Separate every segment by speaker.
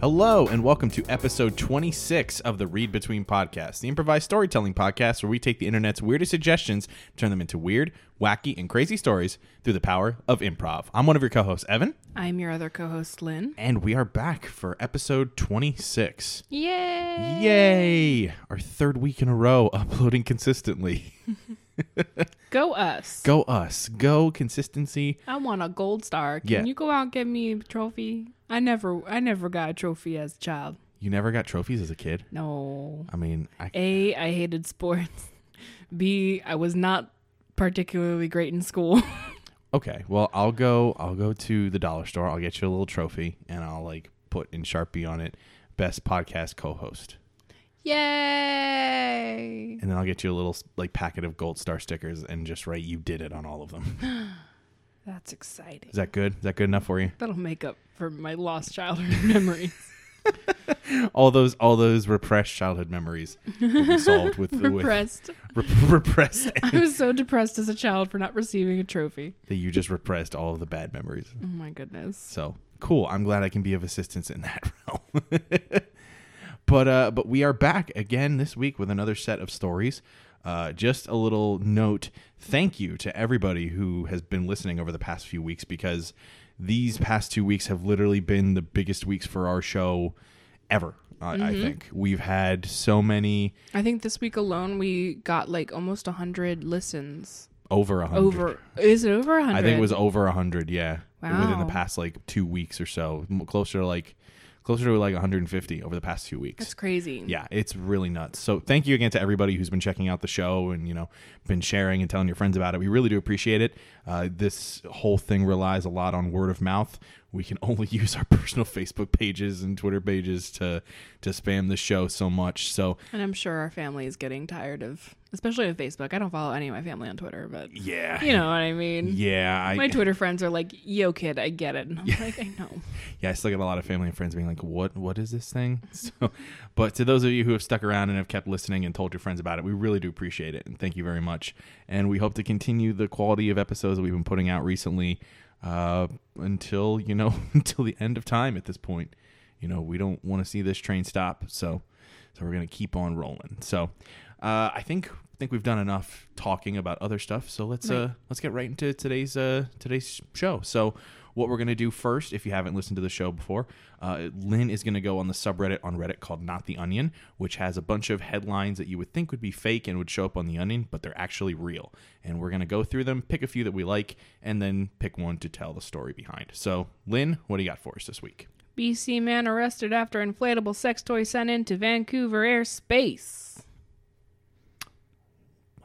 Speaker 1: Hello, and welcome to episode 26 of the Read Between Podcast, the improvised storytelling podcast where we take the internet's weirdest suggestions, turn them into weird, wacky, and crazy stories through the power of improv. I'm one of your co hosts, Evan,
Speaker 2: I'm your other co-host, Lynn.
Speaker 1: and we are back for episode 26.
Speaker 2: Yay!
Speaker 1: Yay! Our third week in a row uploading consistently.
Speaker 2: Go us!
Speaker 1: Go us. Go consistency.
Speaker 2: I want a gold star. Can
Speaker 1: Yeah.
Speaker 2: you go out and get me a trophy? I never, I never got a trophy as a child.
Speaker 1: You never got trophies as a kid?
Speaker 2: No.
Speaker 1: I mean, I,
Speaker 2: A, I hated sports. B, I was not particularly great in school.
Speaker 1: Okay. Well, I'll go. I'll go to the dollar store. I'll get you a little trophy, and I'll like put in Sharpie on it, best podcast co-host,
Speaker 2: Yay!
Speaker 1: and then I'll get you a little like packet of gold star stickers and just write "you did it" on all of them.
Speaker 2: That's exciting.
Speaker 1: Is that good? Is that good enough for you?
Speaker 2: That'll make up for my lost childhood memories.
Speaker 1: All those all those repressed childhood memories will be solved with
Speaker 2: Repressed.
Speaker 1: with rep- repressed
Speaker 2: I was so depressed as a child for not receiving a trophy.
Speaker 1: that you just repressed all of the bad memories.
Speaker 2: Oh my goodness.
Speaker 1: So cool. I'm glad I can be of assistance in that realm. but uh, but we are back again this week with another set of stories. Uh, just a little note. Thank you to everybody who has been listening over the past few weeks because these past two weeks have literally been the biggest weeks for our show ever. I, I
Speaker 2: Mm-hmm.
Speaker 1: think we've had so many
Speaker 2: I think this week alone we got like almost 100 listens.
Speaker 1: over a hundred.
Speaker 2: Over is it over 100?
Speaker 1: I think it was over a hundred. Yeah, within the
Speaker 2: Wow.
Speaker 1: past like two weeks or so, M- closer to like closer to like 150 over the past two weeks.
Speaker 2: That's crazy.
Speaker 1: yeah, it's really nuts. So thank you again to everybody who's been checking out the show and you know been sharing and telling your friends about it. We really do appreciate it. Uh, this whole thing relies a lot on word of mouth. We can only use our personal Facebook pages and Twitter pages to to spam the show so much. So
Speaker 2: And I'm sure our family is getting tired of especially on Facebook. I don't follow any of my family on Twitter, but
Speaker 1: yeah,
Speaker 2: you know what I mean.
Speaker 1: yeah, I,
Speaker 2: My Twitter friends are like, "Yo, kid, I get it." And I'm like, "I know."
Speaker 1: yeah, I still get a lot of family and friends being like, "What? What is this thing?" So, but to those of you who have stuck around and have kept listening and told your friends about it, we really do appreciate it and thank you very much. And we hope to continue the quality of episodes that we've been putting out recently uh, until you know until the end of time. At this point, you know we don't want to see this train stop, so so we're gonna keep on rolling. So, uh, I think think we've done enough talking about other stuff. So let's
Speaker 2: Right.
Speaker 1: uh, let's get right into today's uh, today's show. So what we're going to do first, if you haven't listened to the show before, uh, Lynn is going to go on the subreddit on Reddit called Not the Onion, which has a bunch of headlines that you would think would be fake and would show up on the Onion, but they're actually real. And we're going to go through them, pick a few that we like, and then pick one to tell the story behind. So Lynn, what do you got for us this week?
Speaker 2: BC man arrested after inflatable sex toy sent into Vancouver airspace.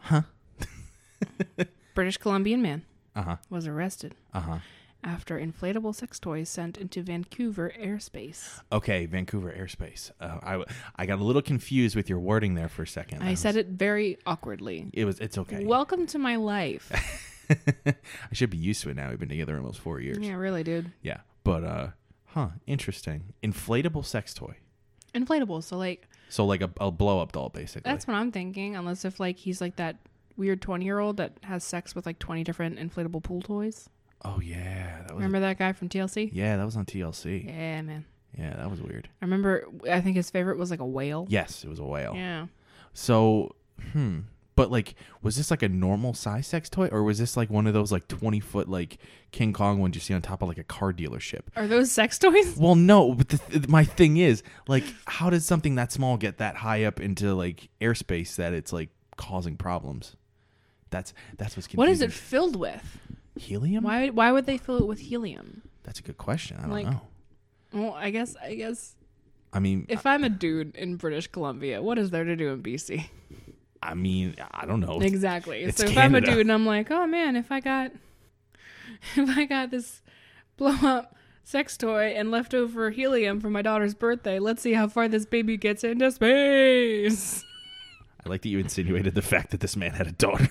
Speaker 1: Huh?
Speaker 2: British Columbian man
Speaker 1: Uh huh.
Speaker 2: was arrested
Speaker 1: Uh huh.
Speaker 2: after inflatable sex toys sent into Vancouver airspace.
Speaker 1: Okay, Vancouver airspace. Uh, I w- I got a little confused with your wording there for a second.
Speaker 2: I said it very awkwardly.
Speaker 1: it was. It's okay.
Speaker 2: Welcome to my life.
Speaker 1: I should be used to it now. We've been together almost four years.
Speaker 2: yeah, really, dude.
Speaker 1: Yeah. But uh huh, interesting. Inflatable sex toy.
Speaker 2: Inflatable. So like
Speaker 1: So like a, a blow up doll basically.
Speaker 2: that's what I'm thinking. Unless if like he's like that weird twenty year old that has sex with like twenty different inflatable pool toys.
Speaker 1: oh yeah, that was
Speaker 2: Remember that guy from TLC?
Speaker 1: Yeah, that was on TLC. Yeah.
Speaker 2: Yeah, man.
Speaker 1: that was weird.
Speaker 2: I remember. I think his favorite was like a whale.
Speaker 1: Yes, it was a whale.
Speaker 2: Yeah.
Speaker 1: So, hmm. But like, was this like a normal size sex toy, or was this like one of those like twenty foot like King Kong ones you see on top of like a car dealership?
Speaker 2: Are those sex toys?
Speaker 1: Well, no. But the, th- my thing is, like, how did something that small get that high up into like airspace that it's like causing problems? That's that's what's confusing.
Speaker 2: What is it filled with?
Speaker 1: Helium?
Speaker 2: Why? Why would they fill it with helium?
Speaker 1: That's a good question. I don't
Speaker 2: Like-
Speaker 1: know.
Speaker 2: Well, I guess. I guess
Speaker 1: I mean,
Speaker 2: if I'm a dude in British Columbia, what is there to do in BC?
Speaker 1: I mean, I don't know.
Speaker 2: Exactly.
Speaker 1: It's
Speaker 2: so if I'm a
Speaker 1: Canada.
Speaker 2: dude and I'm like, oh man, if I got if I got this blow up sex toy and leftover helium for my daughter's birthday, let's see how far this baby gets into space.
Speaker 1: I like that you insinuated the fact that this man had a daughter.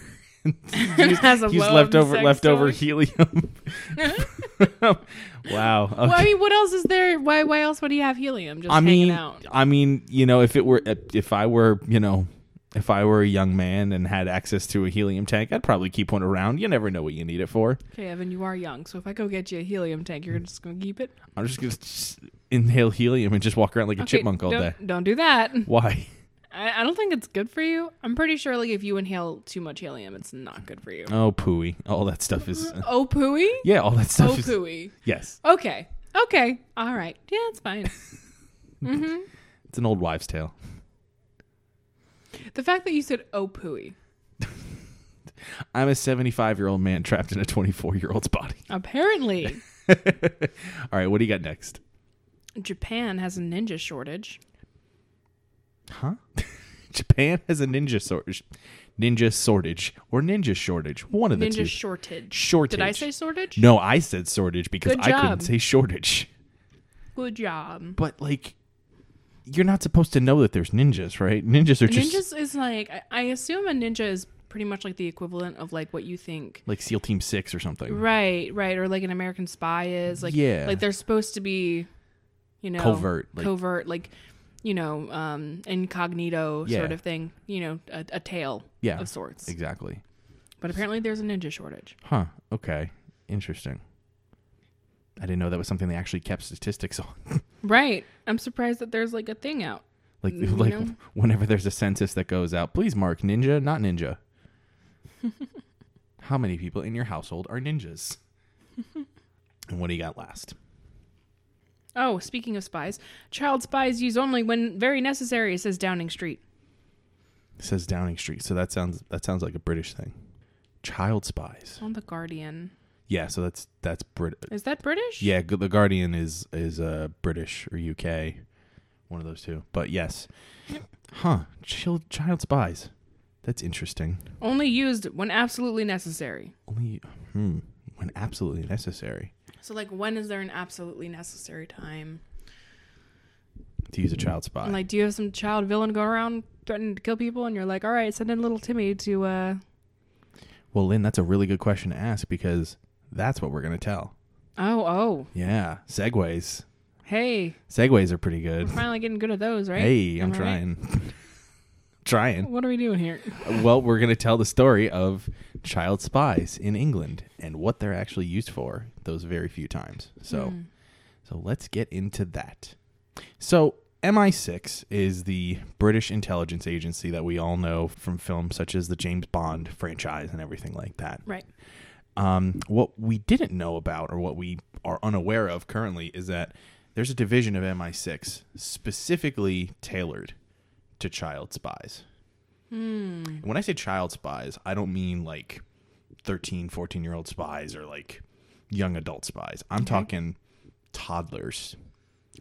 Speaker 2: As a
Speaker 1: He's
Speaker 2: blow-up
Speaker 1: leftover
Speaker 2: sex
Speaker 1: leftover
Speaker 2: toy.
Speaker 1: helium. wow. Okay.
Speaker 2: Well, I mean, what else is there? Why? Why else would he have helium? Just
Speaker 1: I
Speaker 2: hanging
Speaker 1: mean,
Speaker 2: out.
Speaker 1: I mean, you know, if it were, if I were, you know, if I were a young man and had access to a helium tank, I'd probably keep one around. You never know what you need it for.
Speaker 2: Okay, Evan, you are young, so if I go get you a helium tank, you're just gonna keep it.
Speaker 1: I'm just gonna. inhale helium and just walk around like a
Speaker 2: Okay,
Speaker 1: chipmunk all
Speaker 2: don't,
Speaker 1: day.
Speaker 2: Don't do that.
Speaker 1: Why?
Speaker 2: I, I don't think it's good for you. I'm pretty sure like if you inhale too much helium, it's not good for you.
Speaker 1: Oh, pooey. All that stuff is.
Speaker 2: Oh pooey?
Speaker 1: Yeah, all that
Speaker 2: Oh
Speaker 1: stuff is.
Speaker 2: pooey.
Speaker 1: Yes,
Speaker 2: Okay. Okay. All right. Yeah, it's fine.
Speaker 1: it's an old wives' tale.
Speaker 2: the fact that you said oh pooey,
Speaker 1: I'm a 75 year old man trapped in a 24 year old's body.
Speaker 2: apparently
Speaker 1: All right, what do you got next?
Speaker 2: Japan has a ninja shortage.
Speaker 1: Huh? Japan has a ninja shortage, ninja shortage, or ninja shortage. One of the two.
Speaker 2: Ninja shortage.
Speaker 1: Shortage.
Speaker 2: Did I say shortage?
Speaker 1: no, I said shortage because
Speaker 2: Good
Speaker 1: I couldn't
Speaker 2: job.
Speaker 1: say shortage.
Speaker 2: Good job.
Speaker 1: But like, you're not supposed to know that there's ninjas, right? Ninjas are just
Speaker 2: Ninjas is like I, I assume a ninja is pretty much like the equivalent of like what you think.
Speaker 1: like SEAL Team Six or something.
Speaker 2: Right, right, or like an American spy is like
Speaker 1: Yeah.
Speaker 2: like they're supposed to be, you know,
Speaker 1: Covert, like-
Speaker 2: covert, like you know, um, incognito sort
Speaker 1: Yeah.
Speaker 2: of thing. You know, a, a tale
Speaker 1: Yeah.
Speaker 2: of sorts.
Speaker 1: Exactly.
Speaker 2: But apparently, there's a ninja shortage.
Speaker 1: Huh. Okay. Interesting. I didn't know that was something they actually kept statistics on.
Speaker 2: Right. I'm surprised that there's like a thing out.
Speaker 1: Like
Speaker 2: Mm, You
Speaker 1: like
Speaker 2: know?
Speaker 1: whenever there's a census that goes out, please mark ninja, not ninja. How many people in your household are ninjas? and what do you got last?
Speaker 2: Oh, speaking of spies, child spies use only when very necessary. Says Downing Street.
Speaker 1: It says Downing Street, so that sounds that sounds like a British thing. Child spies.
Speaker 2: On the Guardian.
Speaker 1: Yeah, so that's that's Brit.
Speaker 2: Is that British?
Speaker 1: Yeah, Gu- the Guardian is is uh, British or UK, one of those two. But yes, huh? Child child spies. That's interesting.
Speaker 2: Only used when absolutely necessary.
Speaker 1: Only hmm, when absolutely necessary
Speaker 2: So, like, when is there an absolutely necessary time?
Speaker 1: to use a child spy.
Speaker 2: And, like, do you have some child villain go around threatening to kill people, and you're like, all right, send in little Timmy to, uh,
Speaker 1: Well, Lynn, that's a really good question to ask because that's what we're going to tell.
Speaker 2: oh, oh,
Speaker 1: Yeah, segues.
Speaker 2: hey,
Speaker 1: Segues are pretty good.
Speaker 2: we're finally getting good at those, right?
Speaker 1: Hey, I'm
Speaker 2: Am I right?
Speaker 1: trying. trying.
Speaker 2: What are we doing here?
Speaker 1: Well, we're going to tell the story of child spies in England and what they're actually used for those very few times. So,
Speaker 2: Hmm.
Speaker 1: so let's get into that. So, MI6 is the British intelligence agency that we all know from films such as the James Bond franchise and everything like that.
Speaker 2: Right.
Speaker 1: Um, what we didn't know about, or what we are unaware of currently, is that there's a division of MI6 specifically tailored to child spies.
Speaker 2: Hmm.
Speaker 1: And When I say child spies, I don't mean like 13, 14 year old spies or like young adult spies. I'm talking toddlers.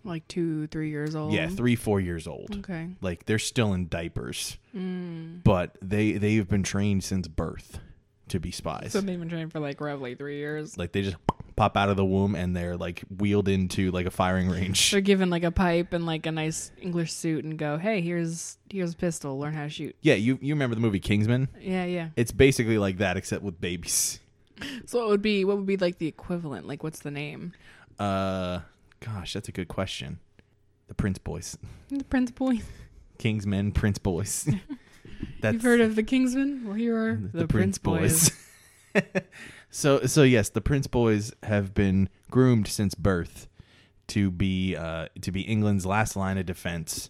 Speaker 2: Like two, three years old.
Speaker 1: Yeah, three, four years old.
Speaker 2: Okay. Hmm.
Speaker 1: Like they're still in diapers, but they they've been trained since birth to be spies.
Speaker 2: So they've been training for like roughly three years.
Speaker 1: Like they just pop out of the womb and they're like wheeled into like a firing range.
Speaker 2: They're given like a pipe and like a nice English suit and go, hey, here's here's a pistol. Learn how to shoot.
Speaker 1: Yeah, you you remember the movie Kingsman?
Speaker 2: Yeah, yeah.
Speaker 1: It's basically like that except with babies.
Speaker 2: So it would be what would be like the equivalent? Like what's the name?
Speaker 1: Uh gosh, that's a good question. The Prince Boys.
Speaker 2: The Prince Boy.
Speaker 1: Kingsmen, Prince Boys. that's
Speaker 2: You've heard of the Kingsmen? Well, here are the, Prince, Boys.
Speaker 1: so so yes, the Prince Boys have been groomed since birth to be uh, to be England's last line of defense,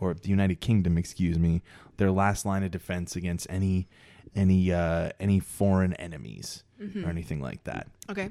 Speaker 1: or the United Kingdom, excuse me, their last line of defense against any any uh, any foreign enemies or anything like that.
Speaker 2: Okay.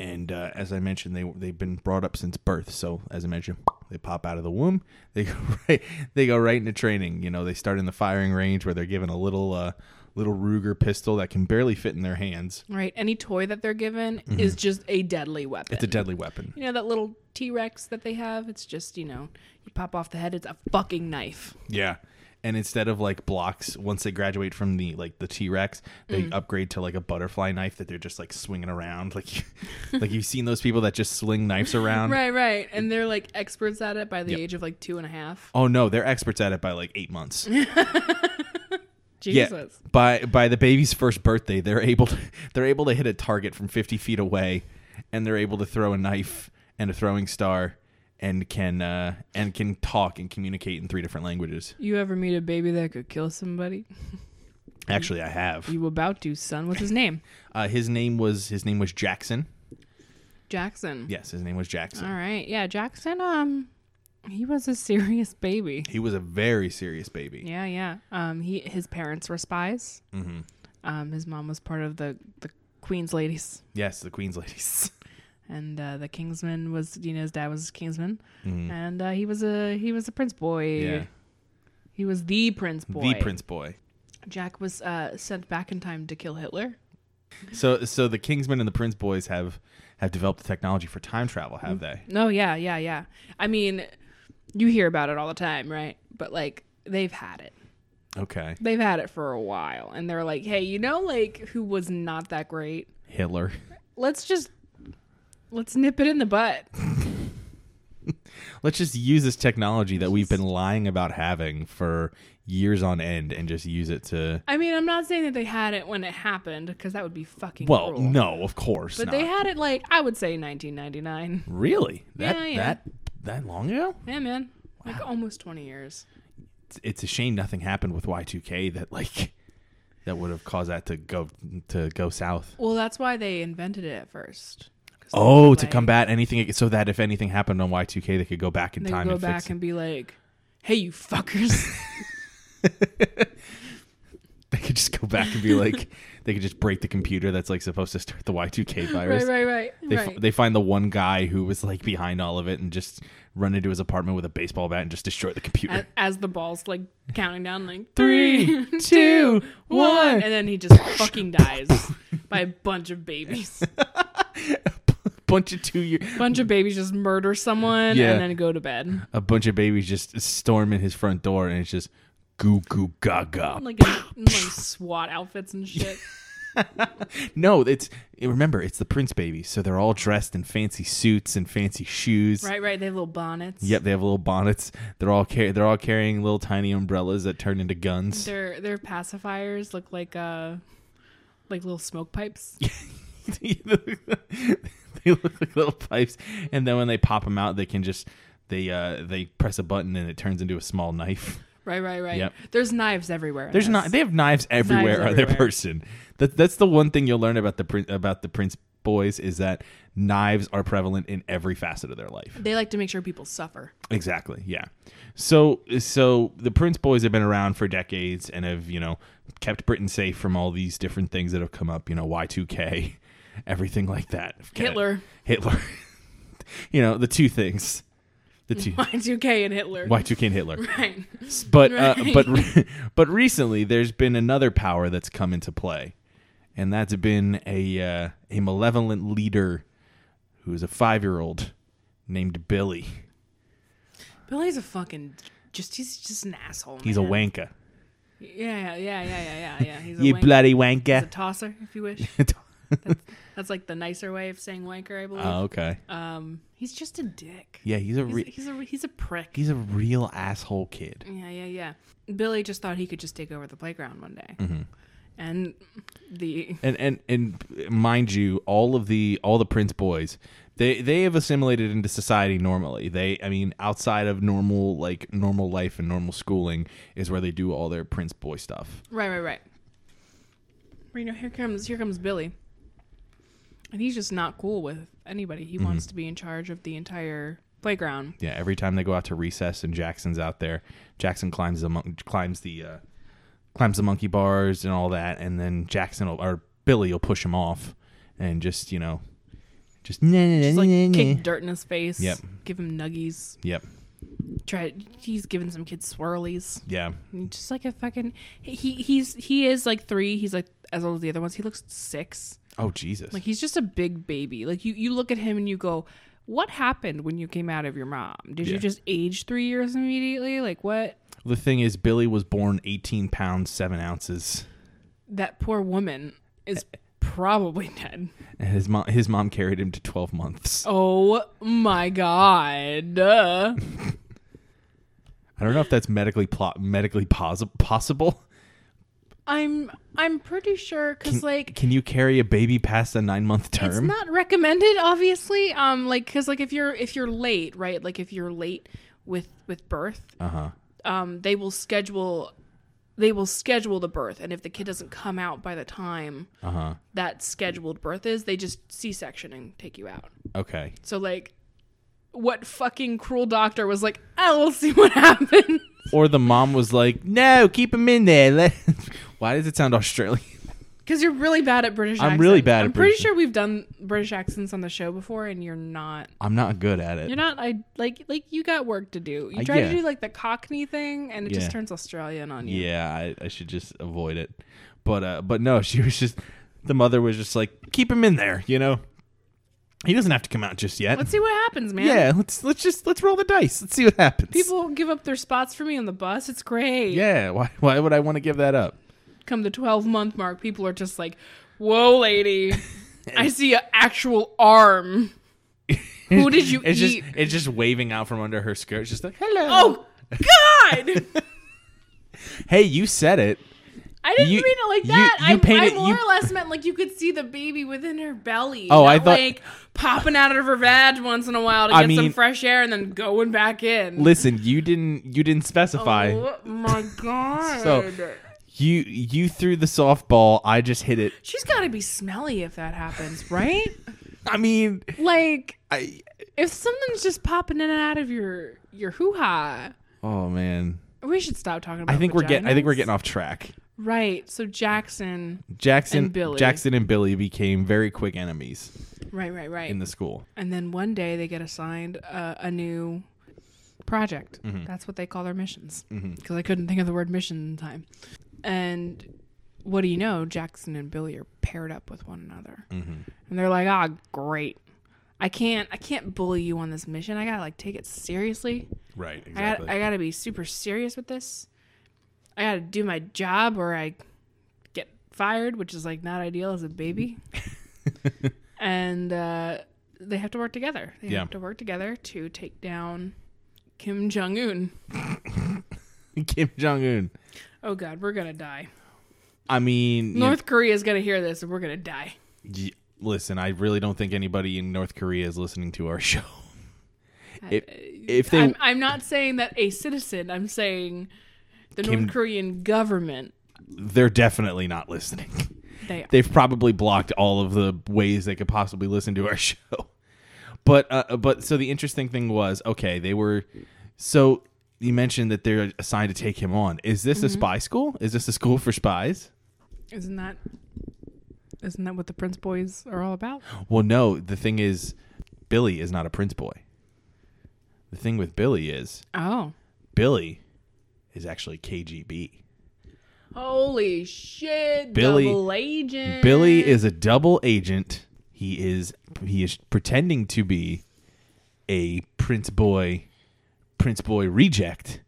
Speaker 1: And uh, as I mentioned, they they've been brought up since birth. So as I mentioned, they pop out of the womb. They go right they go right into training. You know, they start in the firing range where they're given a little uh, little Ruger pistol that can barely fit in their hands.
Speaker 2: All right. Any toy that they're given is just a deadly weapon.
Speaker 1: Mm-hmm. It's a deadly weapon.
Speaker 2: you know that little T Rex that they have? It's just you know you pop off the head. It's a fucking knife.
Speaker 1: Yeah. And instead of like blocks, once they graduate from the like the T Rex, they upgrade to like a butterfly knife that they're just like swinging around, like like you've seen those people that just sling knives around.
Speaker 2: Right, right. And they're like experts at it by the
Speaker 1: Yep.
Speaker 2: age of like two and a half.
Speaker 1: Oh no, they're experts at it by like eight months.
Speaker 2: Jesus.
Speaker 1: Yeah, by by the baby's first birthday, they're able to, they're able to hit a target from 50 feet away, and they're able to throw a knife and a throwing star, and can uh, and can talk and communicate in three different languages.
Speaker 2: You ever meet a baby that could kill somebody?
Speaker 1: Actually, I have.
Speaker 2: You about to, son? What's his name?
Speaker 1: Uh, his name was his name was Jackson.
Speaker 2: Jackson.
Speaker 1: Yes, his name was Jackson.
Speaker 2: All right. Yeah, Jackson. Um, he was a serious baby.
Speaker 1: He was a very serious baby.
Speaker 2: Yeah, yeah. Um, he his parents were spies.
Speaker 1: hmm
Speaker 2: Um, his mom was part of the the Queen's ladies,
Speaker 1: Yes, the Queen's ladies.
Speaker 2: and uh, the Kingsman was you know his dad was Kingsman,
Speaker 1: Mhm.
Speaker 2: and uh, he was a he was a prince boy.
Speaker 1: Yeah,
Speaker 2: He was the prince boy.
Speaker 1: the Prince Boy.
Speaker 2: Jack was uh, sent back in time to kill Hitler.
Speaker 1: So, so the Kingsmen and the Prince Boys have have developed the technology for time travel, have they?
Speaker 2: No, yeah, yeah, yeah. I mean, you hear about it all the time, right? But like they've had it.
Speaker 1: Okay,
Speaker 2: They've had it for a while and they're like, "Hey, you know like who was not that great?
Speaker 1: Hitler.
Speaker 2: Let's just let's nip it in the butt."
Speaker 1: Let's just use this technology that we've been lying about having for years on end, and just use it to.
Speaker 2: I mean, I'm not saying that they had it when it happened because that would be fucking
Speaker 1: Well,
Speaker 2: cruel.
Speaker 1: no, of course
Speaker 2: But
Speaker 1: not.
Speaker 2: they had it like I would say 1999.
Speaker 1: really that
Speaker 2: Yeah, yeah.
Speaker 1: that that long ago.
Speaker 2: Yeah, man. Like almost 20 years.
Speaker 1: It's, it's a shame nothing happened with Y two K that like that would have caused that to go to go south.
Speaker 2: Well, that's why they invented it at first. 'Cause they
Speaker 1: Oh,
Speaker 2: were
Speaker 1: to
Speaker 2: like-
Speaker 1: combat anything, so that if anything happened on Y two K, they could go back in
Speaker 2: They
Speaker 1: time
Speaker 2: go
Speaker 1: and
Speaker 2: back
Speaker 1: fix.
Speaker 2: and be like, "Hey, you fuckers."
Speaker 1: they could just go back and be like, they could just break the computer that's like supposed to start the Y two K virus.
Speaker 2: right, right, right.
Speaker 1: They,
Speaker 2: right.
Speaker 1: f- they find the one guy who was like behind all of it and just run into his apartment with a baseball bat and just destroy the
Speaker 2: as,
Speaker 1: computer.
Speaker 2: as the ball's like counting down, like
Speaker 1: Three, two,
Speaker 2: three, two,
Speaker 1: one.
Speaker 2: one, and then he just fucking dies by a bunch of babies.
Speaker 1: bunch of two year,
Speaker 2: bunch of babies just murder someone
Speaker 1: Yeah.
Speaker 2: and then go to bed.
Speaker 1: a bunch of babies just storm in his front door and it's just goo goo gaga.
Speaker 2: Like in, in, like SWAT outfits and shit.
Speaker 1: No, it's remember it's the prince babies, so they're all dressed in fancy suits and fancy shoes.
Speaker 2: Right, right. They have little bonnets.
Speaker 1: Yep, they have little bonnets. They're all car- they're all carrying little tiny umbrellas that turn into guns.
Speaker 2: Their their pacifiers look like uh like little smoke pipes.
Speaker 1: they look like little pipes, and then when they pop them out, they can just they uh they press a button and it turns into a small knife.
Speaker 2: Right, right, right.
Speaker 1: Yep.
Speaker 2: There's knives everywhere. in
Speaker 1: There's
Speaker 2: this.
Speaker 1: not they have knives everywhere on their
Speaker 2: everywhere.
Speaker 1: person. That that's the one thing you'll learn about the prin- about the prince boys is that knives are prevalent in every facet of their life.
Speaker 2: They like to make sure people suffer.
Speaker 1: Exactly. Yeah. So so the Prince boys have been around for decades and have, you know, kept Britain safe from all these different things that have come up, you know, Y2K, everything like that.
Speaker 2: Hitler.
Speaker 1: Hitler. you know, the two things. The two
Speaker 2: Y2K and Hitler.
Speaker 1: Y2K and Hitler.
Speaker 2: Right.
Speaker 1: But uh,
Speaker 2: Right.
Speaker 1: but re- but recently there's been another power that's come into play. And that's been a uh, a malevolent leader who is a 5-year-old named Billy.
Speaker 2: Billy's a fucking just he's just an asshole.
Speaker 1: He's a
Speaker 2: man.
Speaker 1: wanker.
Speaker 2: Yeah, yeah, yeah, yeah, yeah, yeah, yeah. He's a
Speaker 1: you
Speaker 2: wanker.
Speaker 1: bloody
Speaker 2: He's a
Speaker 1: wanker.
Speaker 2: tosser, if you wish. That's like the nicer way of saying wanker, I believe.
Speaker 1: oh, okay.
Speaker 2: um, he's just a dick.
Speaker 1: Yeah, he's a
Speaker 2: He's,
Speaker 1: re-
Speaker 2: he's a he's a prick.
Speaker 1: he's a real asshole kid.
Speaker 2: yeah, yeah, yeah. Billy just thought he could just take over the playground one day,
Speaker 1: Mm-hmm.
Speaker 2: and the
Speaker 1: And and and mind you, all of the all the prince boys, they they have assimilated into society normally. They I mean, outside of normal like normal life and normal schooling is where they do all their prince boy stuff.
Speaker 2: right, right, right. Well, you know, here comes here comes Billy, and he's just not cool with anybody.
Speaker 1: Mm-hmm.
Speaker 2: He wants to be in charge of the entire playground.
Speaker 1: Yeah, every time they go out to recess and Jackson's out there, Jackson climbs the mon- climbs the uh, climbs the monkey bars and all that, and then Jackson will, or Billy will push him off and just you know, just
Speaker 2: Just like kick dirt in his face.
Speaker 1: Yep.
Speaker 2: Give him nuggies.
Speaker 1: Yep.
Speaker 2: Try. He's giving some kids swirlies.
Speaker 1: Yeah.
Speaker 2: And Just like a fucking. He he- he's he is like three. He's like as old as the other ones. He looks six.
Speaker 1: Oh Jesus.
Speaker 2: Like he's just a big baby. Like you you look at him and you go, what happened when you came out of your mom? Did
Speaker 1: Yeah.
Speaker 2: you just age three years immediately? Like what?
Speaker 1: the thing is, Billy was born 18 pounds seven ounces.
Speaker 2: That poor woman is probably dead.
Speaker 1: And his mom, his mom carried him to 12 months.
Speaker 2: Oh my god. Duh.
Speaker 1: I don't know if that's medically plot medically pos- possible.
Speaker 2: I'm I'm pretty sure because like
Speaker 1: Can you carry a baby past a nine month
Speaker 2: It's
Speaker 1: term?
Speaker 2: not recommended, obviously. Um, like because like if you're if you're late, right? Like if you're late with with birth,
Speaker 1: uh huh.
Speaker 2: um, they will schedule they will schedule the birth, and if the kid doesn't come out by the time
Speaker 1: Uh huh.
Speaker 2: that scheduled birth is, they just C-section and take you out.
Speaker 1: Okay.
Speaker 2: So like, what fucking cruel doctor was like, I will see what happens.
Speaker 1: Or the mom was like, "No, keep him in there." Let- Why does it sound Australian?
Speaker 2: Because you're really bad at British.
Speaker 1: I'm really
Speaker 2: accents.
Speaker 1: bad
Speaker 2: I'm
Speaker 1: at
Speaker 2: pretty
Speaker 1: British-
Speaker 2: sure we've done British accents on the show before, and you're not.
Speaker 1: I'm not good at it.
Speaker 2: You're not. I like like you got work to do. You
Speaker 1: Uh,
Speaker 2: try
Speaker 1: yeah.
Speaker 2: to do like the Cockney thing, and it
Speaker 1: Yeah.
Speaker 2: just turns Australian on you.
Speaker 1: yeah, I, I should just avoid it. But uh, but no, she was just the mother was just like, "Keep him in there," you know. He doesn't have to come out just yet.
Speaker 2: Let's see what happens, man.
Speaker 1: yeah, let's let's just let's roll the dice. Let's see what happens.
Speaker 2: People give up their spots for me on the bus. It's great.
Speaker 1: Yeah, why why would I want to give that up?
Speaker 2: Come the 12 month mark, people are just like, "Whoa, lady, I see an actual arm. Who did you
Speaker 1: It's
Speaker 2: eat?
Speaker 1: just it's just waving out from under her skirt. It's just like, "Hello."
Speaker 2: oh God!
Speaker 1: Hey, you said it.
Speaker 2: I didn't
Speaker 1: You-
Speaker 2: mean it like
Speaker 1: you-
Speaker 2: that.
Speaker 1: you
Speaker 2: I,
Speaker 1: painted-
Speaker 2: I more
Speaker 1: you-
Speaker 2: or less meant like you could see the baby within her belly.
Speaker 1: Oh, I
Speaker 2: not,
Speaker 1: thought-
Speaker 2: like popping out of her vag once in a while to
Speaker 1: I
Speaker 2: get
Speaker 1: mean-
Speaker 2: some fresh air and then going back in.
Speaker 1: Listen, you didn't you didn't specify.
Speaker 2: Oh my god!
Speaker 1: So- You you threw the softball. I just hit it.
Speaker 2: She's got to be smelly if that happens, right?
Speaker 1: I mean,
Speaker 2: like
Speaker 1: I
Speaker 2: if something's just popping in and out of your your hoo ha.
Speaker 1: Oh man.
Speaker 2: We should stop talking about.
Speaker 1: I think we're getting I think we're
Speaker 2: vaginas.
Speaker 1: getting off track.
Speaker 2: right. So Jackson,
Speaker 1: Jackson
Speaker 2: And Billy.
Speaker 1: Jackson and Billy became very quick enemies
Speaker 2: right, right, right.
Speaker 1: in the school.
Speaker 2: and then one day they get assigned uh, a new project. That's what they call their missions. Because I couldn't think of the word mission in time. And what do you know? Jackson and Billy are paired up with one another, and they're like, "Ah, great! I can't, I can't bully you on this mission. I gotta like take it seriously.
Speaker 1: Right,
Speaker 2: I got, I gotta be super serious with this. I gotta do my job, or I get fired, which is like not ideal as a baby. and uh, they have to work together. They
Speaker 1: Yeah.
Speaker 2: have to work together to take down Kim Jong Un.
Speaker 1: Kim Jong Un.
Speaker 2: Oh God, we're gonna die.
Speaker 1: I mean, you-
Speaker 2: North Korea's gonna hear this, and we're gonna die.
Speaker 1: y- listen, I really don't think anybody in North Korea is listening to our show. If, if they
Speaker 2: uh, I'm, I'm not saying that a citizen. I'm saying the
Speaker 1: Kim-
Speaker 2: North Korean government.
Speaker 1: they're definitely not listening.
Speaker 2: They
Speaker 1: They've probably blocked all of the ways they could possibly listen to our show. But uh, but so the interesting thing was, okay, they were so you mentioned that they're assigned to take him on. Is this a spy school? Is this a school for spies?
Speaker 2: isn't that isn't that what the Prince Boys are all about?
Speaker 1: Well, no, the thing is Billy is not a prince boy. The thing with Billy is
Speaker 2: Oh.
Speaker 1: Billy is actually KGB.
Speaker 2: Holy shit,
Speaker 1: Billy-
Speaker 2: double agent.
Speaker 1: Billy is a double agent. He is he is pretending to be a Prince Boy Prince Boy reject,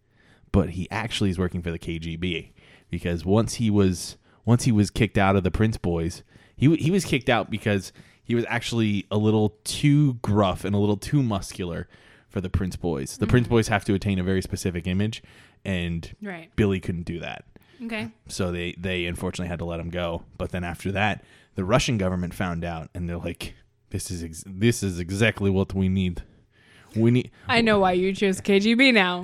Speaker 1: but he actually is working for the KGB because once he was once he was kicked out of the Prince Boys, he w- he was kicked out because he was actually a little too gruff and a little too muscular for the Prince Boys. The Prince Boys have to attain a very specific image and
Speaker 2: Right.
Speaker 1: Billy couldn't do that
Speaker 2: Okay.
Speaker 1: so they they unfortunately had to let him go but then after that the russian government found out and they're like this is ex- this is exactly what we need we need
Speaker 2: I know why you chose KGB now.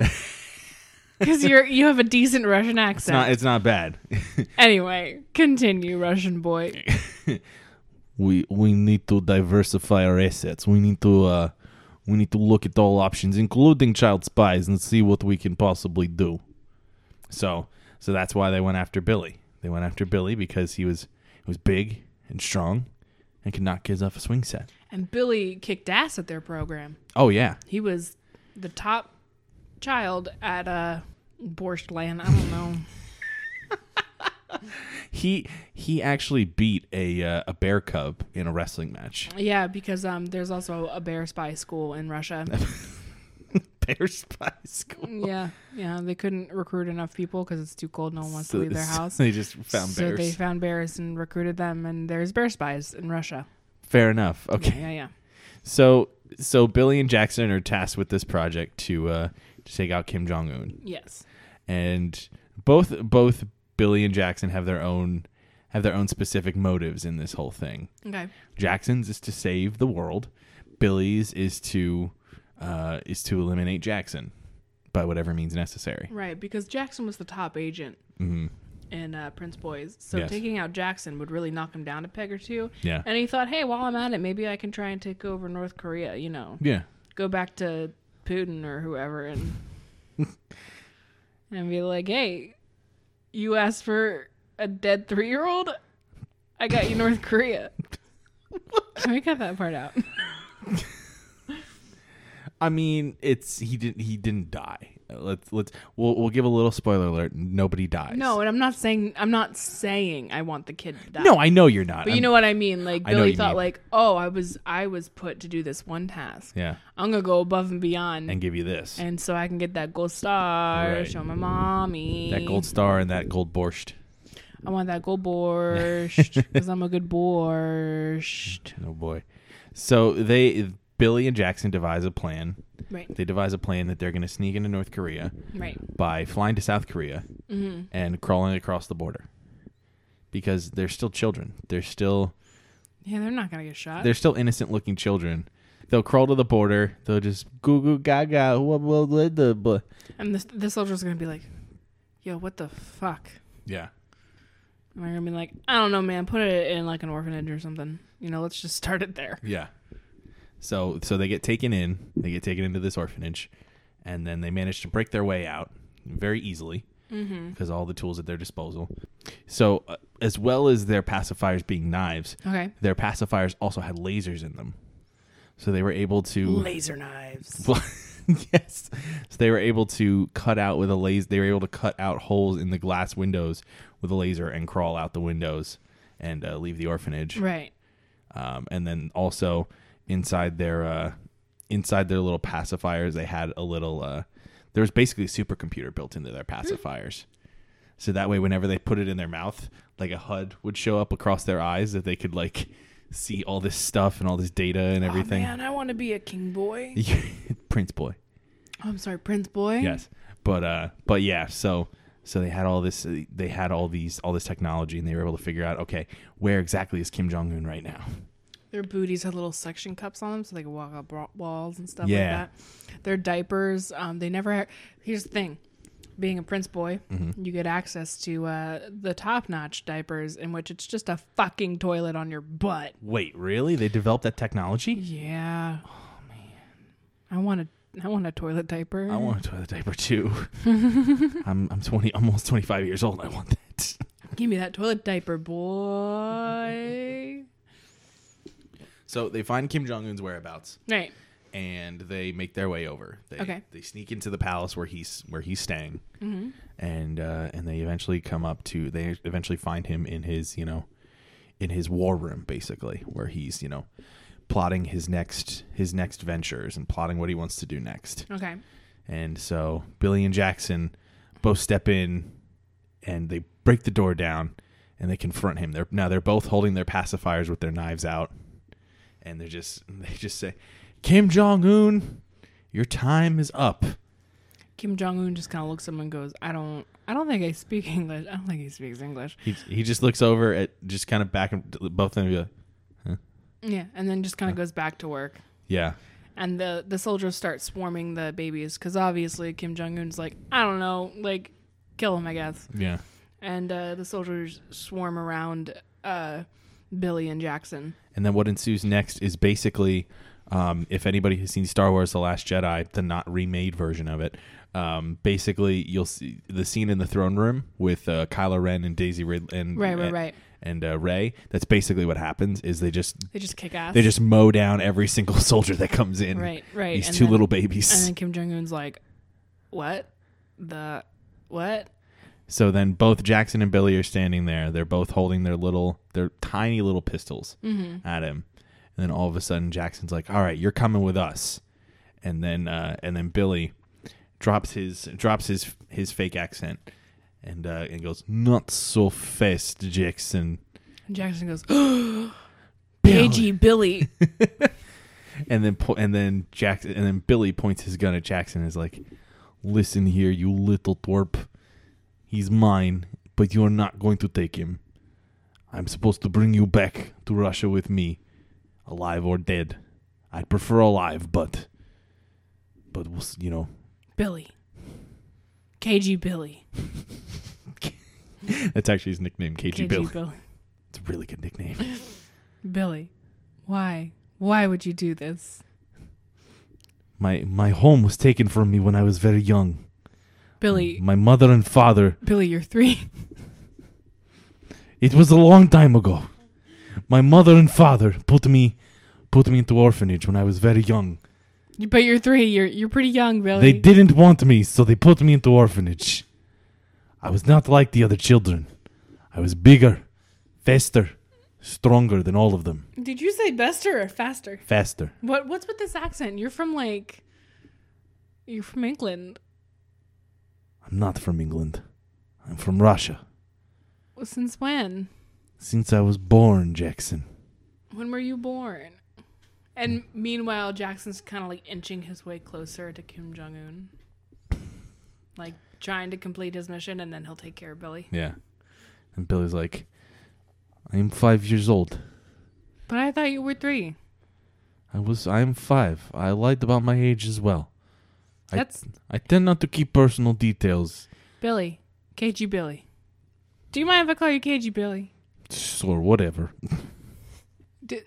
Speaker 2: Cuz you're you have a decent Russian
Speaker 1: it's not
Speaker 2: accent.
Speaker 1: it's not bad
Speaker 2: anyway, continue Russian boy.
Speaker 1: we we need to diversify our assets we need to uh we need to look at all options including child spies and see what we can possibly do so so that's why they went after billy they went after billy because he was he was big and strong and could knock kids off a swing set
Speaker 2: And Billy kicked ass at their program.
Speaker 1: oh yeah
Speaker 2: He was the top child at uh Borscht land. I don't know.
Speaker 1: He he actually beat a uh, a bear cub in a wrestling match.
Speaker 2: Yeah, because um there's also a bear spy school in Russia.
Speaker 1: Bear spy school.
Speaker 2: yeah. Yeah, they couldn't recruit enough people cuz it's too cold no one wants to leave their house.
Speaker 1: They just found
Speaker 2: so
Speaker 1: bears.
Speaker 2: they found bears and recruited them, and there's bear spies in Russia.
Speaker 1: Fair enough. Okay.
Speaker 2: Yeah, yeah.
Speaker 1: So so Billy and Jackson are tasked with this project to uh, to take out Kim Jong Un,
Speaker 2: Yes.
Speaker 1: and both both Billy and Jackson have their own have their own specific motives in this whole thing.
Speaker 2: Okay.
Speaker 1: Jackson's is to save the world. Billy's is to uh, is to eliminate Jackson by whatever means necessary.
Speaker 2: Right, because Jackson was the top agent
Speaker 1: hmm
Speaker 2: in uh, Prince Boys. So
Speaker 1: Yes.
Speaker 2: taking out Jackson would really knock him down a peg or two.
Speaker 1: Yeah.
Speaker 2: And he thought, hey, while I'm at it, maybe I can try and take over North Korea, you know,
Speaker 1: Yeah.
Speaker 2: go back to Putin or whoever and and be like, hey, you asked for a dead three year old? I got you North Korea. Can we cut that part out?
Speaker 1: I mean, it's he didn't he didn't die. Let's let's we'll we'll give a little spoiler alert. Nobody dies.
Speaker 2: No, and I'm not saying I'm not saying I want the kid to die.
Speaker 1: No, I know you're not.
Speaker 2: But
Speaker 1: I'm-
Speaker 2: you know what I mean. Like
Speaker 1: I know what
Speaker 2: Billy
Speaker 1: you
Speaker 2: thought,
Speaker 1: mean.
Speaker 2: like, oh, I was I was put to do this one task.
Speaker 1: Yeah.
Speaker 2: I'm gonna go above and beyond, and,
Speaker 1: And give you this.
Speaker 2: so I can get that gold star.
Speaker 1: Right.
Speaker 2: Show my mommy
Speaker 1: that gold star and that gold borscht.
Speaker 2: I want that gold borscht because I'm a good borscht.
Speaker 1: Oh boy. So they Billy and Jackson devise a plan.
Speaker 2: Right,
Speaker 1: They devise a plan that they're going to sneak into North Korea
Speaker 2: right.
Speaker 1: by flying to South Korea
Speaker 2: Mm-hmm.
Speaker 1: and crawling across the border. Because they're still children. They're still
Speaker 2: Yeah, they're not gonna get shot.
Speaker 1: they're still innocent looking children. They'll crawl to the border. They'll just goo goo gaga. wha- wha- wha- the blah.
Speaker 2: and this this soldier's gonna be like, yo, what the fuck?
Speaker 1: Yeah.
Speaker 2: Am I gonna be like, I don't know, man. Put it in like an orphanage or something. You know, let's just start it there.
Speaker 1: Yeah. So so they get taken in. They get taken into this orphanage, and then they manage to break their way out very easily
Speaker 2: Mm-hmm.
Speaker 1: because all the tools at their disposal. So uh, as well as their pacifiers being knives,
Speaker 2: Okay.
Speaker 1: their pacifiers also had lasers in them. So they were able to
Speaker 2: Laser knives.
Speaker 1: yes. So they were able to cut out with a laser. They were able to cut out holes in the glass windows with a laser and crawl out the windows and uh, leave the orphanage
Speaker 2: Right.
Speaker 1: um, and then also inside their uh, inside their little pacifiers they had a little uh, there was basically a supercomputer built into their pacifiers so that way whenever they put it in their mouth like a hud would show up across their eyes that they could like see all this stuff and all this data and everything
Speaker 2: Oh, man, I want to be a king boy.
Speaker 1: prince boy
Speaker 2: Oh, I'm sorry, prince boy.
Speaker 1: yes but uh but yeah so so they had all this uh, they had all these all this technology and they were able to figure out okay where exactly is kim jong-un right now
Speaker 2: Their booties had little suction cups on them, so they could walk up wa- walls and stuff
Speaker 1: Yeah.
Speaker 2: like that. Their diapers. Um, they never. Had, here's the thing: being a prince boy,
Speaker 1: Mm-hmm.
Speaker 2: you get access to uh, the top-notch diapers, in which it's just a fucking toilet on your butt.
Speaker 1: wait really they developed that technology
Speaker 2: Yeah. Oh man, I want a. I want a toilet diaper.
Speaker 1: I want a toilet diaper too. I'm I'm twenty, almost twenty five years old. I want that.
Speaker 2: Give me that toilet diaper, boy.
Speaker 1: So they find Kim Jong Un's whereabouts
Speaker 2: Right.
Speaker 1: and they make their way over. They,
Speaker 2: Okay.
Speaker 1: They sneak into the palace where he's where he's staying, and uh, and they eventually come up to. They eventually find him in his you know, in his war room basically, where he's you know, plotting his next his next ventures and plotting what he wants to do next.
Speaker 2: Okay.
Speaker 1: And so Billy and Jackson both step in and they break the door down and they confront him. They're now they're both holding their pacifiers with their knives out and they're just they just say, "Kim Jong Un, your time is up."
Speaker 2: Kim Jong Un just kind of looks at him and goes, "I don't, I don't think I speak English. I don't think he speaks English."
Speaker 1: He he just looks over at just kind of back and both of them go,
Speaker 2: Yeah, and then just kind of goes back to work,
Speaker 1: "Yeah."
Speaker 2: and the the soldiers start swarming the babies because obviously Kim Jong Un's like, "I don't know, like, kill him, I guess."
Speaker 1: Yeah.
Speaker 2: And uh, the soldiers swarm around uh, Billy and Jackson.
Speaker 1: And then what ensues next is basically, um, if anybody has seen Star Wars: The Last Jedi, the not remade version of it, um, basically you'll see the scene in the throne room with uh, Kylo Ren and Daisy Rid- and
Speaker 2: Right, right,
Speaker 1: and,
Speaker 2: right.
Speaker 1: and uh, Ray. That's basically what happens. Is they just
Speaker 2: They just kick ass.
Speaker 1: they just mow down every single soldier that comes in.
Speaker 2: right, right.
Speaker 1: These
Speaker 2: and
Speaker 1: two
Speaker 2: then-
Speaker 1: little
Speaker 2: And
Speaker 1: babies.
Speaker 2: then Kim Jong Un's like, "What the what?"
Speaker 1: so then both Jackson and Billy are standing there. They're both holding their little, their tiny little pistols at him. And then all of a sudden, Jackson's like, "All right, you're coming with us." And then, uh, and then Billy drops his drops his his fake accent and uh, and goes, "Not so fast, Jackson."
Speaker 2: And Jackson goes, "Pagey Billy."
Speaker 1: And then po- and then Jackson and then Billy points his gun at Jackson and is like, "Listen here, you little twerp. He's mine, but you're not going to take him. I'm supposed to bring you back to Russia with me, alive or dead. I'd prefer alive, but but we'll, s- you know,
Speaker 2: Billy, KG Billy.
Speaker 1: That's actually his nickname, KG,
Speaker 2: KG
Speaker 1: Billy.
Speaker 2: Billy.
Speaker 1: It's a really good nickname.
Speaker 2: Billy, why? Why would you do this?
Speaker 1: My my home was taken from me when I was very young.
Speaker 2: Billy,
Speaker 1: My mother and father.
Speaker 2: Billy, you're three.
Speaker 1: It was a long time ago. My mother and father put me put me into orphanage when I was very young.
Speaker 2: But you're three. You're you're pretty young, Billy.
Speaker 1: They didn't want me, so they put me into orphanage. I was not like the other children. I was bigger, faster, stronger than all of them.
Speaker 2: Did you say bester or faster?
Speaker 1: Faster.
Speaker 2: What what's with this accent? You're from like you're from England.
Speaker 1: I'm not from England. I'm from Russia.
Speaker 2: Since when?
Speaker 1: Since I was born, Jackson.
Speaker 2: When were you born? And meanwhile, Jackson's kind of like inching his way closer to Kim Jong Un, like trying to complete his mission, and then he'll take care of Billy.
Speaker 1: Yeah. And Billy's like, I'm five years old.
Speaker 2: But I thought you were three.
Speaker 1: I was I'm five. I lied about my age as well. I-
Speaker 2: That's
Speaker 1: I tend not to keep personal details.
Speaker 2: Billy, KG Billy. Do you mind if I call you KG Billy?
Speaker 1: Or whatever.
Speaker 2: D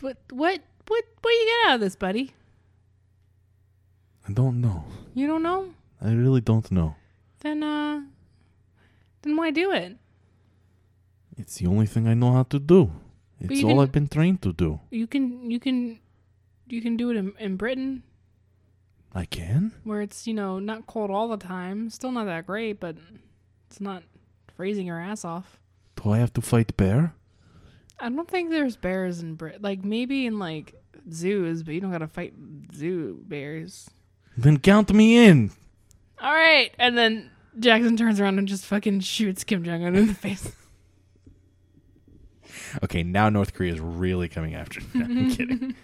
Speaker 2: what what what what you get out of this, buddy?
Speaker 1: I don't know.
Speaker 2: You don't know?
Speaker 1: I really don't know.
Speaker 2: Then uh, then why do it?
Speaker 1: It's the only thing I know how to do. It's
Speaker 2: you
Speaker 1: all
Speaker 2: can-
Speaker 1: I've been trained to do.
Speaker 2: You can you can you can do it in, in Britain
Speaker 1: I can?
Speaker 2: where it's you know not cold all the time. Still not that great, but it's not freezing your ass off.
Speaker 1: Do I have to fight bear?
Speaker 2: I don't think there's bears in Brit. Like maybe in like zoos, but you don't gotta fight zoo bears.
Speaker 1: Then count me in.
Speaker 2: All right, and then Jackson turns around and just fucking shoots Kim Jong Un in the face.
Speaker 1: Okay, now North Korea is really coming after me. I'm kidding.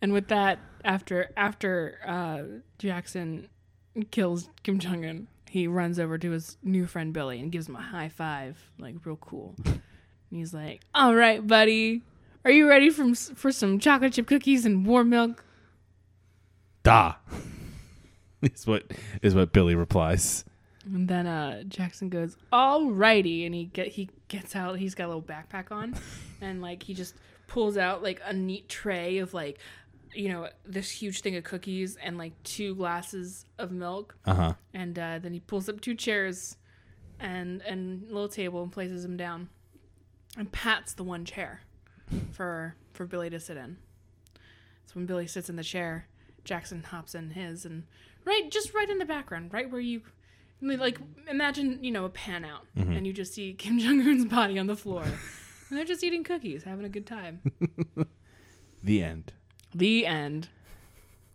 Speaker 2: And with that, after after uh, Jackson kills Kim Jong Un, he runs over to his new friend Billy and gives him a high five, like real cool. and he's like, "All right, buddy, are you ready from for some chocolate chip cookies and warm milk?"
Speaker 1: Da. is what is what Billy replies.
Speaker 2: And then uh, Jackson goes, "All righty," and he get he gets out. He's got a little backpack on, and like he just pulls out like a neat tray of like, you know, this huge thing of cookies and like two glasses of milk.
Speaker 1: Uh-huh.
Speaker 2: and uh, then he pulls up two chairs and and a little table and places him down and pats the one chair for for billy to sit in so when billy sits in the chair jackson hops in his and right just right in the background right where you like imagine you know a pan out
Speaker 1: Mm-hmm.
Speaker 2: and you just see kim jong-un's body on the floor and they're just eating cookies having a good time
Speaker 1: The end.
Speaker 2: the end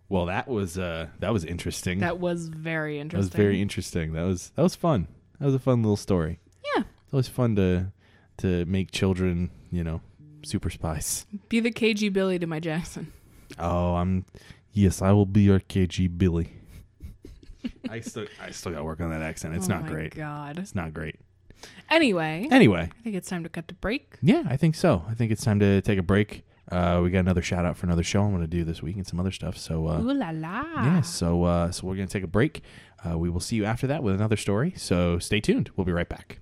Speaker 1: Well, that was uh that was interesting.
Speaker 2: that was very
Speaker 1: That was
Speaker 2: interesting
Speaker 1: very interesting. That was that was fun. That was a fun little story.
Speaker 2: yeah
Speaker 1: It's always fun to to make children, you know, super spies.
Speaker 2: be the kg billy to my jackson
Speaker 1: Oh, I'm yes, I will be your KG Billy. I still I still got to work on that accent. It's
Speaker 2: Oh
Speaker 1: not
Speaker 2: my
Speaker 1: great.
Speaker 2: god
Speaker 1: It's not great.
Speaker 2: anyway
Speaker 1: Anyway,
Speaker 2: I think it's time to cut the break.
Speaker 1: yeah, I think so. I think it's time to take a break. Uh, we got another shout out for another show I'm going to do this week and some other stuff. So uh,
Speaker 2: Ooh la la.
Speaker 1: yeah, so uh, so we're going to take a break. Uh, we will see you after that with another story. So stay tuned. We'll be right back.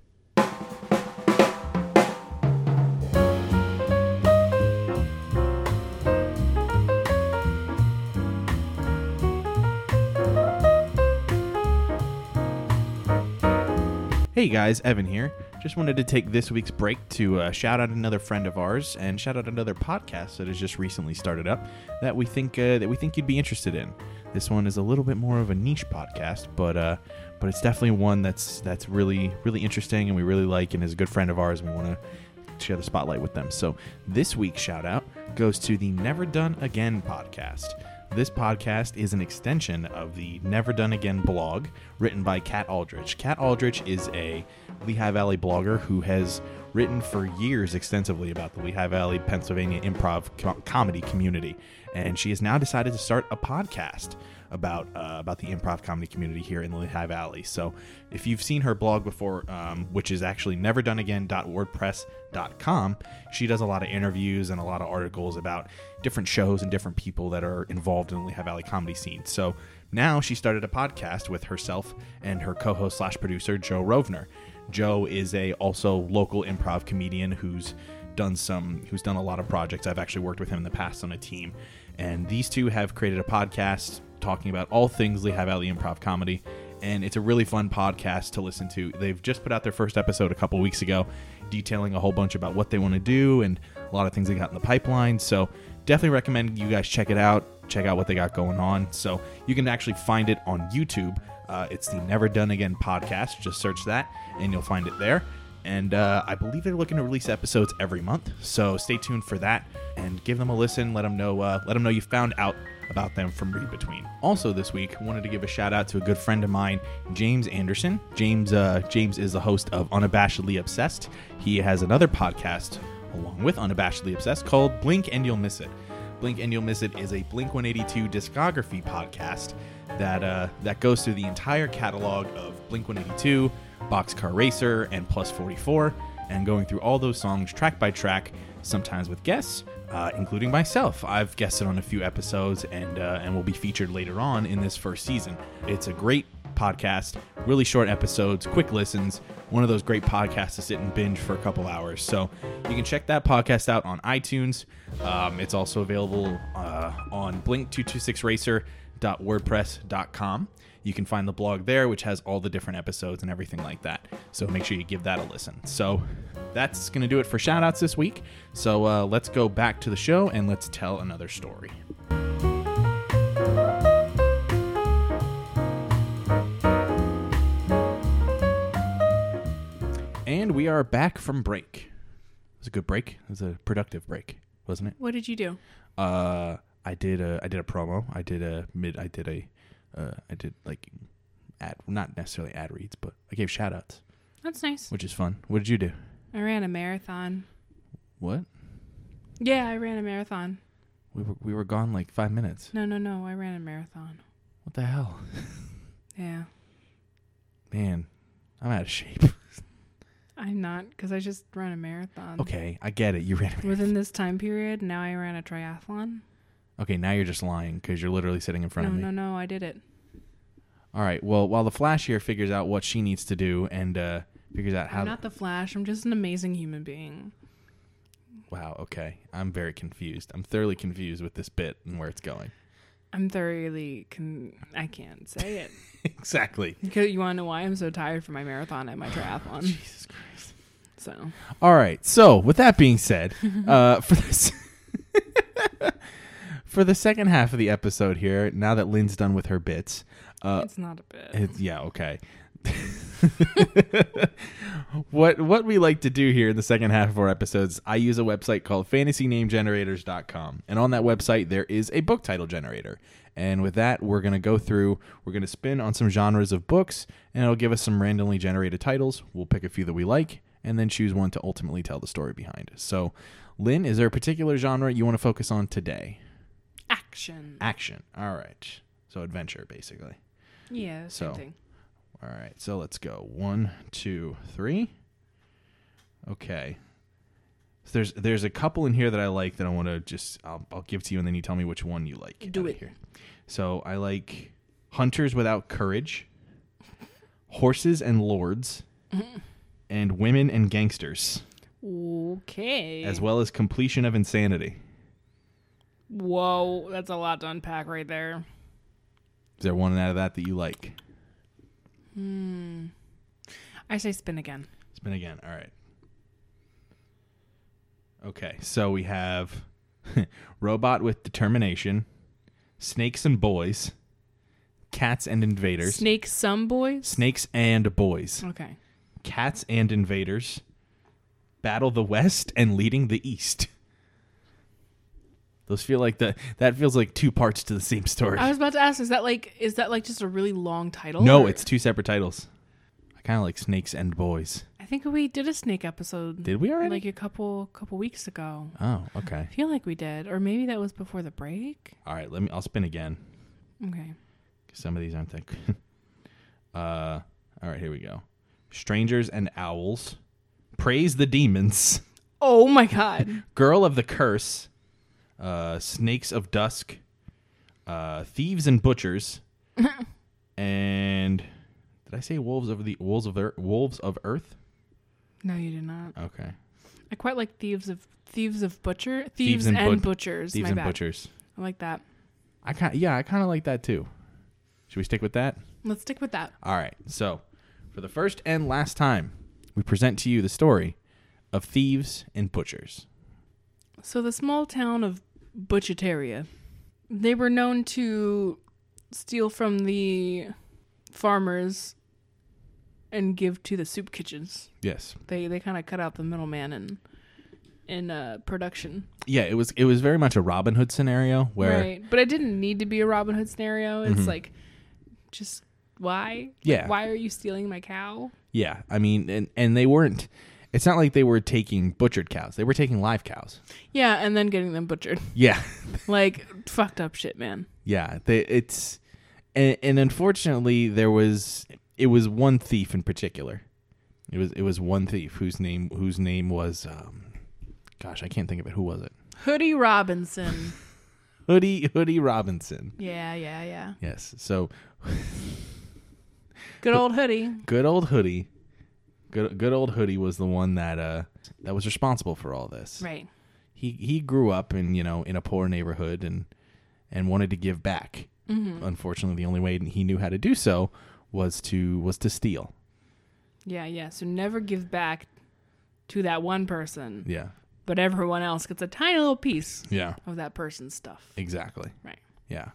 Speaker 1: Hey guys, Evan here. Just wanted to take this week's break to uh, shout out another friend of ours and shout out another podcast that has just recently started up that we think uh, that we think you'd be interested in. This one is a little bit more of a niche podcast, but uh, but it's definitely one that's that's really really interesting and we really like and is a good friend of ours. And we want to share the spotlight with them. So this week's shout out goes to the Never Done Again podcast. This podcast is an extension of the Never Done Again blog written by Kat Aldrich. Kat Aldrich is a Lehigh Valley blogger who has written for years extensively about the Lehigh Valley, Pennsylvania improv com- comedy community, and she has now decided to start a podcast about uh, about the improv comedy community here in the Lehigh Valley. So, if you've seen her blog before, um, which is actually neverdoneagain.wordpress.com, she does a lot of interviews and a lot of articles about different shows and different people that are involved in the Lehigh Valley comedy scene. So now she started a podcast with herself and her co-host slash producer Joe Rovner. Joe is a also local improv comedian who's done some who's done a lot of projects. I've actually worked with him in the past on a team. And these two have created a podcast talking about all things Lehigh Valley improv comedy. And it's a really fun podcast to listen to. They've just put out their first episode a couple weeks ago, detailing a whole bunch about what they want to do and a lot of things they got in the pipeline. So definitely recommend you guys check it out, check out what they got going on. So you can actually find it on YouTube. Uh, it's the Never Done Again podcast. Just search that and you'll find it there. And uh, I believe they're looking to release episodes every month. So stay tuned for that and give them a listen. Let them know. Uh, let them know you found out about them from Read Between. Also this week, wanted to give a shout out to a good friend of mine, James Anderson. James uh, James is the host of Unabashedly Obsessed. He has another podcast along with Unabashedly Obsessed called Blink and You'll Miss It. Blink and You'll Miss It is a Blink 182 discography podcast that uh, that goes through the entire catalog of Blink 182, Boxcar Racer, and Plus 44, and going through all those songs track by track, sometimes with guests, uh, including myself. I've guested on a few episodes and uh, and will be featured later on in this first season. It's a great podcast, really short episodes, quick listens. One of those great podcasts to sit and binge for a couple hours. So you can check that podcast out on iTunes. Um, it's also available uh, on blink226racer.wordpress.com. You can find the blog there, which has all the different episodes and everything like that. So make sure you give that a listen. So that's going to do it for shout outs this week. So uh, let's go back to the show and let's tell another story. And we are back from break. It was a good break. It was a productive break, wasn't it?
Speaker 2: What did you do?
Speaker 1: Uh, I did a I did a promo. I did a mid. I did a uh, I did like ad not necessarily ad reads, but I gave shout outs,
Speaker 2: That's nice.
Speaker 1: which is fun. What did you do?
Speaker 2: I ran a marathon.
Speaker 1: What?
Speaker 2: Yeah, I ran a marathon.
Speaker 1: We were we were gone like five minutes.
Speaker 2: No, no, no. I ran a marathon.
Speaker 1: What the hell,
Speaker 2: Yeah.
Speaker 1: man? I'm out of shape.
Speaker 2: I'm not because I just ran a marathon.
Speaker 1: Okay, I get it. You ran.
Speaker 2: Within this time period, now I ran a triathlon.
Speaker 1: Okay, now you're just lying because you're literally sitting in front
Speaker 2: No,
Speaker 1: of me.
Speaker 2: no, no. I did it.
Speaker 1: All right. Well, while the Flash here figures out what she needs to do and uh, figures out how.
Speaker 2: I'm not the Flash. I'm just an amazing human being.
Speaker 1: wow. Okay. I'm very confused. I'm thoroughly confused with this bit and where it's going.
Speaker 2: I'm thoroughly con- I can't say it.
Speaker 1: exactly.
Speaker 2: Because you want to know why I'm so tired from my marathon and my triathlon.
Speaker 1: Jesus Christ.
Speaker 2: So
Speaker 1: All right. So, with that being said, uh, for this. For the second half of the episode here, now that Lynn's done with her bits, uh,
Speaker 2: it's not a bit.
Speaker 1: It's, yeah, okay. what what we like to do here in the second half of our episodes, I use a website called fantasynamegenerators.com. And on that website there is a book title generator. And with that, we're going to go through, we're going to spin on some genres of books and it'll give us some randomly generated titles. We'll pick a few that we like and then choose one to ultimately tell the story behind. So, Lynn, is there a particular genre you want to focus on today?
Speaker 2: Action.
Speaker 1: Action. All right. So adventure basically.
Speaker 2: Yeah, same
Speaker 1: So.
Speaker 2: thing.
Speaker 1: All right, so let's go. One, two, three. Okay. So there's there's a couple in here that I like that I want to just I'll, I'll give to you and then you tell me which one you like.
Speaker 2: Do
Speaker 1: outta
Speaker 2: it.
Speaker 1: here. So I like hunters without courage, horses and lords, and women and gangsters,
Speaker 2: Okay.
Speaker 1: as well as completion of insanity.
Speaker 2: Whoa, that's a lot to unpack right there.
Speaker 1: Is there one out of that that you like?
Speaker 2: Hmm. I say spin again.
Speaker 1: Spin again. All right. Okay, so we have robot with determination, snakes and boys, cats and invaders,
Speaker 2: Snake some boys.
Speaker 1: snakes and boys,
Speaker 2: Okay.
Speaker 1: cats and invaders, battle the west and leading the east. Those feel like the that feels like two parts to the same story.
Speaker 2: I was about to ask, is that like is that like just a really long title?
Speaker 1: no,
Speaker 2: or-
Speaker 1: it's two separate titles. I kind of like snakes and boys.
Speaker 2: I I think we did a snake episode
Speaker 1: Did we already?
Speaker 2: like a couple couple weeks ago.
Speaker 1: oh, okay.
Speaker 2: I feel like we did, or maybe that was before the break.
Speaker 1: All right. Let me. I'll spin again.
Speaker 2: Okay.
Speaker 1: Cause some of these aren't that. good. uh. All right. Here we go. Strangers and owls. Praise the demons.
Speaker 2: Oh my god.
Speaker 1: Girl of the Curse, uh, Snakes of Dusk, uh, Thieves and Butchers, and did I say Wolves of the Wolves of Earth, Wolves of Earth?
Speaker 2: no, you did not.
Speaker 1: Okay,
Speaker 2: I quite like thieves of thieves of butcher thieves,
Speaker 1: and
Speaker 2: and,
Speaker 1: Butch-
Speaker 2: butchers.
Speaker 1: Thieves
Speaker 2: my
Speaker 1: and
Speaker 2: bad.
Speaker 1: Butchers.
Speaker 2: I like that.
Speaker 1: I kind yeah, I kind of like that too. Should we stick with that?
Speaker 2: Let's stick with that.
Speaker 1: All right. So, for the first and last time, we present to you the story of Thieves and Butchers.
Speaker 2: So the small town of Butchetaria, they were known to steal from the farmers and give to the soup kitchens.
Speaker 1: Yes.
Speaker 2: They they kind of cut out the middleman in in uh, production,
Speaker 1: Yeah, it was it was very much a Robin Hood scenario where Mm-hmm.
Speaker 2: right? But it didn't need to be a Robin Hood scenario. It's like just why?
Speaker 1: Yeah.
Speaker 2: Why are you stealing my cow?
Speaker 1: Yeah, I mean, and and they weren't. It's not like they were taking butchered cows; they were taking live cows.
Speaker 2: Yeah, and then getting them butchered.
Speaker 1: Yeah,
Speaker 2: like fucked up shit, man.
Speaker 1: yeah. They, it's and, and unfortunately, there was it was one thief in particular. It was it was one thief whose name whose name was, um, gosh, I can't think of it. Who was it?
Speaker 2: Hoodie Robinson.
Speaker 1: Hoodie Hoodie Robinson.
Speaker 2: yeah, yeah, yeah.
Speaker 1: Yes. So
Speaker 2: Good old Hoodie.
Speaker 1: good old Hoodie, good good old Hoodie was the one that uh that was responsible for all this.
Speaker 2: Right.
Speaker 1: he he grew up in you know in a poor neighborhood and and wanted to give back.
Speaker 2: Mm-hmm.
Speaker 1: Unfortunately, the only way he knew how to do so was to was to steal.
Speaker 2: Yeah, yeah. So never give back to that one person,
Speaker 1: Yeah,
Speaker 2: but everyone else gets a tiny little piece
Speaker 1: yeah,
Speaker 2: of that person's stuff.
Speaker 1: exactly.
Speaker 2: Right.
Speaker 1: Yeah.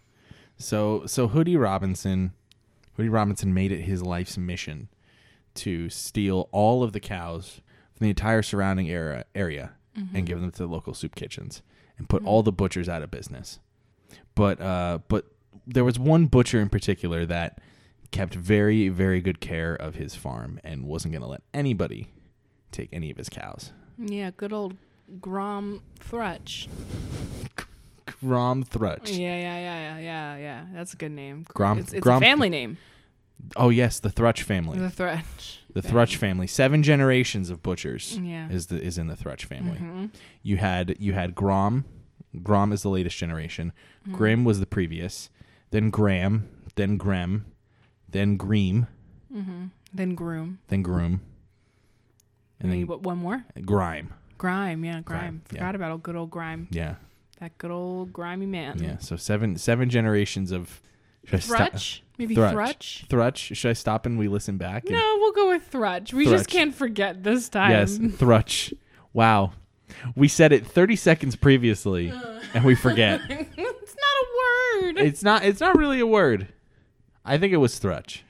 Speaker 1: So so Hoodie Robinson, Hoodie Robinson made it his life's mission to steal all of the cows from the entire surrounding area area and give them to the local soup kitchens and
Speaker 2: Mm-hmm.
Speaker 1: put all the butchers out of business. But uh, but there was one butcher in particular that kept very very good care of his farm and wasn't going to let anybody take any of his cows.
Speaker 2: Yeah, good old Grom Thrutch.
Speaker 1: Grom Thrutch.
Speaker 2: Yeah, yeah, yeah, yeah, yeah, yeah. That's a good name.
Speaker 1: Grom-
Speaker 2: It's, it's
Speaker 1: Grom-
Speaker 2: a family name.
Speaker 1: Oh yes, the Thrutch family.
Speaker 2: The Thrutch.
Speaker 1: The Thrutch family, seven generations of butchers
Speaker 2: Yeah.
Speaker 1: is the is in the Thrutch family.
Speaker 2: Mm-hmm.
Speaker 1: You had you had Grom, Grom is the latest generation.
Speaker 2: Mm.
Speaker 1: Grim was the previous, then Graham, then Grem, then Greem,
Speaker 2: Mm-hmm. Then Groom.
Speaker 1: then Groom, and
Speaker 2: Maybe
Speaker 1: then
Speaker 2: what, one more?
Speaker 1: Grime.
Speaker 2: Grime. Yeah, Grime.
Speaker 1: Grime, yeah.
Speaker 2: Forgot about old good old Grime.
Speaker 1: Yeah,
Speaker 2: That good old grimy man.
Speaker 1: yeah. So seven seven generations of. Should I stop-
Speaker 2: Thrutch? Maybe
Speaker 1: Thrutch.
Speaker 2: Thrutch?
Speaker 1: Thrutch. Should I stop and we listen back? and-
Speaker 2: No, we'll go with Thrutch. We
Speaker 1: Thrutch.
Speaker 2: just can't forget this time.
Speaker 1: Yes, Thrutch. Wow, we said it thirty seconds previously, and we forget.
Speaker 2: it's not a word.
Speaker 1: it's not it's not really a word. I think it was thrutch.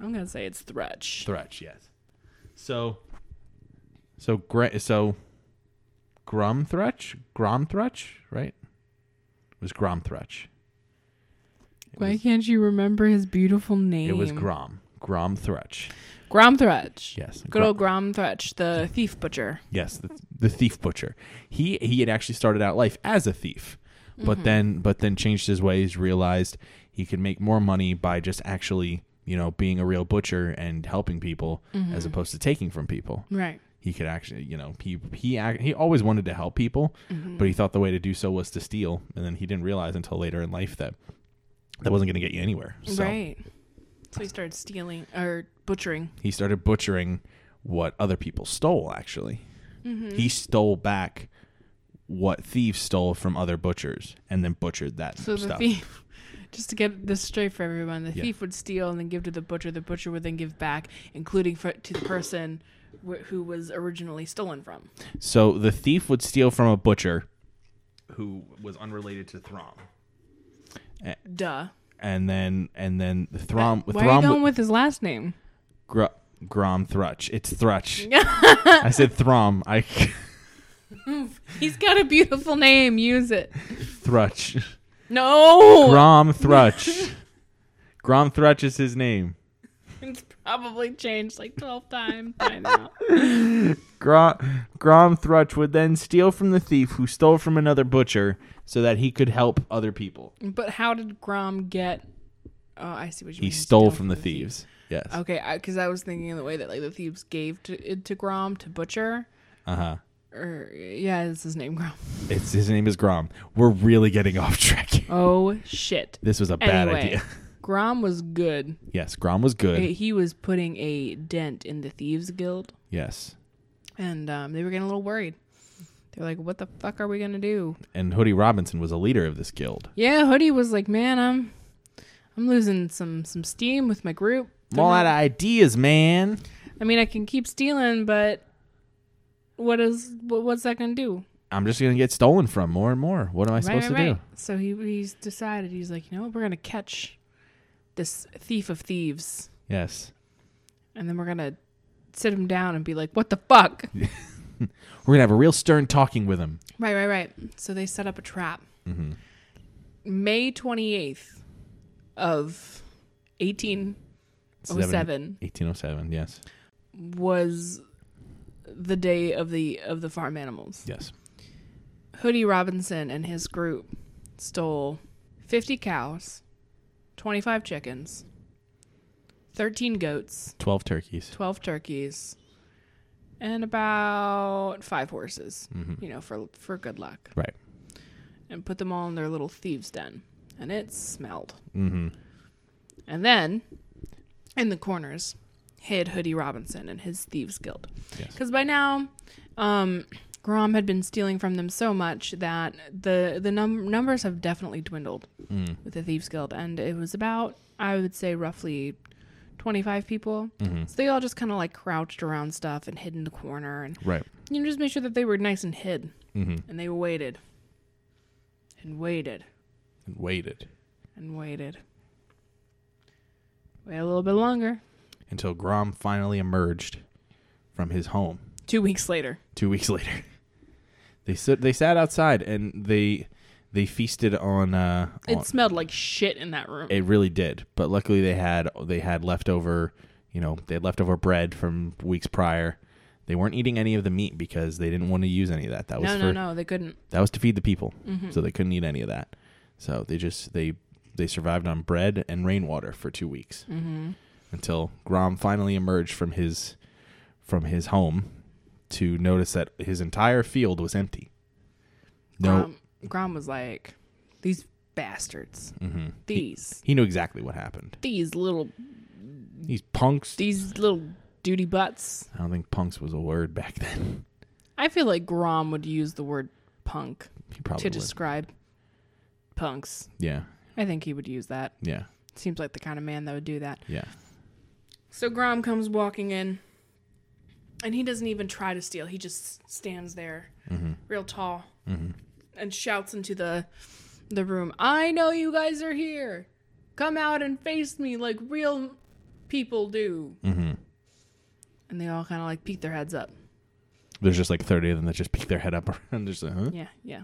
Speaker 2: I'm gonna say it's Thrutch.
Speaker 1: Thrutch, yes. So so gra- so Grum Thrutch? Grom Thrutch, right? It was Grom Thrutch.
Speaker 2: Why can't you remember his beautiful name?
Speaker 1: It was Grom. Grom Thrutch.
Speaker 2: Grom Thrutch.
Speaker 1: Yes.
Speaker 2: Good
Speaker 1: Grom-
Speaker 2: old Grom Thrutch, the thief butcher.
Speaker 1: Yes, the, the thief butcher. He he had actually started out life as a thief,
Speaker 2: Mm-hmm.
Speaker 1: but then but then changed his ways, realized he could make more money by just actually, you know, being a real butcher and helping people
Speaker 2: Mm.
Speaker 1: as opposed to taking from people.
Speaker 2: Mm-hmm. Right.
Speaker 1: he could actually you know he he ac- he always wanted to help people
Speaker 2: Mm-hmm.
Speaker 1: but he thought the way to do so was to steal and then he didn't realize until later in life that that wasn't going to get you anywhere so
Speaker 2: Right. So he started stealing or butchering.
Speaker 1: he started butchering what other people stole actually
Speaker 2: Mm-hmm. Hmm.
Speaker 1: he stole back what thieves stole from other butchers and then butchered that
Speaker 2: So the
Speaker 1: stuff
Speaker 2: thief just to get this straight for everyone, the
Speaker 1: Yeah.
Speaker 2: thief would steal and then give to the butcher. The butcher would then give back, including for, to the person wh- who was originally stolen from.
Speaker 1: so the thief would steal from a butcher who was unrelated to throm
Speaker 2: Duh.
Speaker 1: and then and then throm
Speaker 2: Why are
Speaker 1: throm
Speaker 2: you going with his last name?
Speaker 1: Gr- Grom Thrutch. It's Thrutch. I said Throm. I
Speaker 2: He's got a beautiful name. Use it.
Speaker 1: Thrutch.
Speaker 2: No.
Speaker 1: Grom Thrutch. Grom Thrutch is his name.
Speaker 2: It's probably changed like 12 times by now.
Speaker 1: Grom, Grom Thrutch would then steal from the thief who stole from another butcher so that he could help other people.
Speaker 2: But how did Grom get? Oh, I see what you
Speaker 1: He
Speaker 2: mean.
Speaker 1: stole from the thieves. Yes.
Speaker 2: Okay, because I, was thinking of the way that like the thieves gave to, it to Grom to Butcher,
Speaker 1: Uh huh.
Speaker 2: or yeah, it's his name Grom.
Speaker 1: It's his name is Grom. We're really getting off track.
Speaker 2: Oh shit!
Speaker 1: This was a bad
Speaker 2: Anyway.
Speaker 1: idea.
Speaker 2: Grom was good.
Speaker 1: Yes, Grom was good.
Speaker 2: He- He was putting a dent in the thieves guild,
Speaker 1: Yes.
Speaker 2: and um, they were getting a little worried. They're like, "What the fuck are we gonna do?"
Speaker 1: And Hoodie Robinson was a leader of this guild.
Speaker 2: Yeah, Hoodie was like, "Man, I'm, I'm losing some some steam with my group.
Speaker 1: I'm all out of ideas, man.
Speaker 2: I mean, I can keep stealing, but what is what, what's that gonna do?"
Speaker 1: I'm just gonna get stolen from more and more. What am I supposed to do?
Speaker 2: So he he's decided he's like, you know what, we're gonna catch this thief of thieves,
Speaker 1: Yes.
Speaker 2: and then we're gonna sit him down and be like, what the fuck?
Speaker 1: We're gonna have a real stern talking with him.
Speaker 2: right, right, right. So they set up a trap.
Speaker 1: Mm-hmm.
Speaker 2: May twenty eighth of eighteen oh seven
Speaker 1: 1807, yes.
Speaker 2: was the day of the of the farm animals.
Speaker 1: Yes.
Speaker 2: Hoodie Robinson and his group stole 50 cows, 25 chickens, 13 goats,
Speaker 1: 12 turkeys.
Speaker 2: 12 turkeys, and about five horses, you know, for for good luck,
Speaker 1: Right.
Speaker 2: and put them all in their little thieves' den, and it smelled.
Speaker 1: Mm-hmm.
Speaker 2: And then in the corners hid Hoodie Robinson and his thieves guild.
Speaker 1: Yes.
Speaker 2: Because by now, um, Grom had been stealing from them so much that the the num- numbers have definitely dwindled
Speaker 1: Mm.
Speaker 2: with the thieves guild, and it was about I would say roughly. 25 people.
Speaker 1: Mm-hmm.
Speaker 2: So they all just kind of like crouched around stuff and hid in the corner and
Speaker 1: Right.
Speaker 2: you know, just made sure that they were nice and hid.
Speaker 1: Mhm.
Speaker 2: And they waited and waited
Speaker 1: And waited
Speaker 2: and waited. Wait a little bit longer.
Speaker 1: until Grom finally emerged from his home.
Speaker 2: Two weeks later.
Speaker 1: two weeks later. They sit, they sat outside and they they feasted on. Uh, on-
Speaker 2: It smelled like shit in that room.
Speaker 1: it really did, but luckily they had they had leftover. You know, they had leftover bread from weeks prior. They weren't eating any of the meat because they didn't want to use any of that. That was
Speaker 2: no,
Speaker 1: for
Speaker 2: no, Mm. no. They couldn't. Mm-hmm.
Speaker 1: that was to feed the people, so they couldn't eat any of that. So they just they they survived on bread and rainwater for two weeks
Speaker 2: Mm-hmm.
Speaker 1: until Grom finally emerged from his from his home to notice that his entire field was empty. No,
Speaker 2: Grom, Grom was like, these bastards.
Speaker 1: Mhm.
Speaker 2: These.
Speaker 1: he knew exactly what happened.
Speaker 2: These little,
Speaker 1: These punks.
Speaker 2: these little duty butts.
Speaker 1: I don't think punks was a word back then.
Speaker 2: I feel like Grom would use the word punk
Speaker 1: He probably
Speaker 2: to
Speaker 1: would.
Speaker 2: describe punks.
Speaker 1: yeah,
Speaker 2: I think he would use that.
Speaker 1: yeah,
Speaker 2: Seems like the kind of man that would do that.
Speaker 1: yeah.
Speaker 2: So Grom comes walking in, and he doesn't even try to steal. He just stands there, real tall, and shouts into the the room. I know you guys are here. Come out and face me like real people do.
Speaker 1: Mm-hmm.
Speaker 2: And they all kind of like peek their heads up.
Speaker 1: There's just like thirty of them that just peek their head up and just uh-huh. like, huh?
Speaker 2: Yeah, yeah.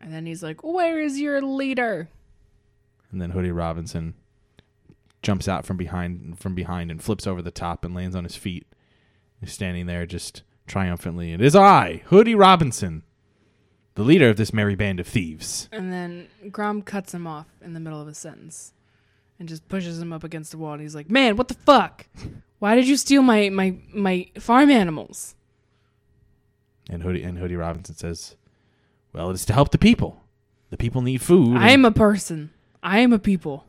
Speaker 2: And then he's like, "Where is your leader?"
Speaker 1: And then Hoodie Robinson jumps out from behind from behind and flips over the top and lands on his feet. He's standing there just triumphantly. It is I, Hoodie Robinson, the leader of this merry band of thieves.
Speaker 2: And then Grom cuts him off in the middle of a sentence and just pushes him up against the wall. And he's like, Man, what the fuck? Why did you steal my, my, my farm animals?
Speaker 1: And Hoodie and Hoodie Robinson says, Well, it is to help the people. The people need food. and
Speaker 2: I am a person. I am a people.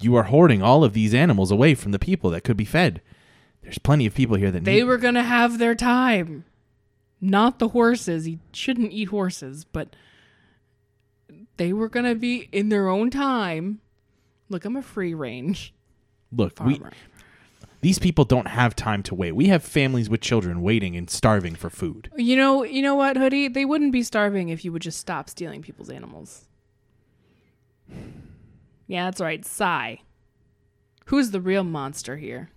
Speaker 1: you are hoarding all of these animals away from the people that could be fed. There's plenty of people here that
Speaker 2: They
Speaker 1: need
Speaker 2: were going to have their time. Not the horses. He shouldn't eat horses, but they were going to be in their own time. Look, I'm a free range
Speaker 1: Look, we,
Speaker 2: farmer.
Speaker 1: these people don't have time to wait. We have families with children waiting and starving for food.
Speaker 2: you know, you know what, Hoodie? They wouldn't be starving if you would just stop stealing people's animals. Yeah, that's right. Sigh. Who's the real monster here?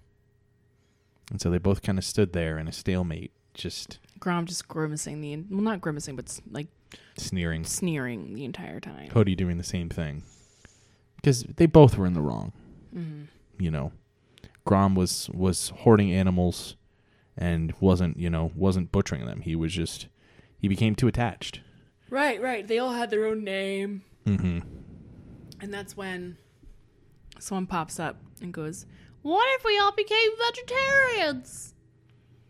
Speaker 1: And so they both kind of stood there in a stalemate, just
Speaker 2: Grom just grimacing the well, not grimacing, but s- like
Speaker 1: sneering.
Speaker 2: sneering the entire time.
Speaker 1: Cody doing the same thing. Because they both were in the wrong. You know, Grom was was hoarding animals and wasn't you know wasn't butchering them. He was just he became too attached.
Speaker 2: Right, right. They all had their own name.
Speaker 1: Mm-hmm.
Speaker 2: And that's when someone pops up and goes, What if we all became vegetarians?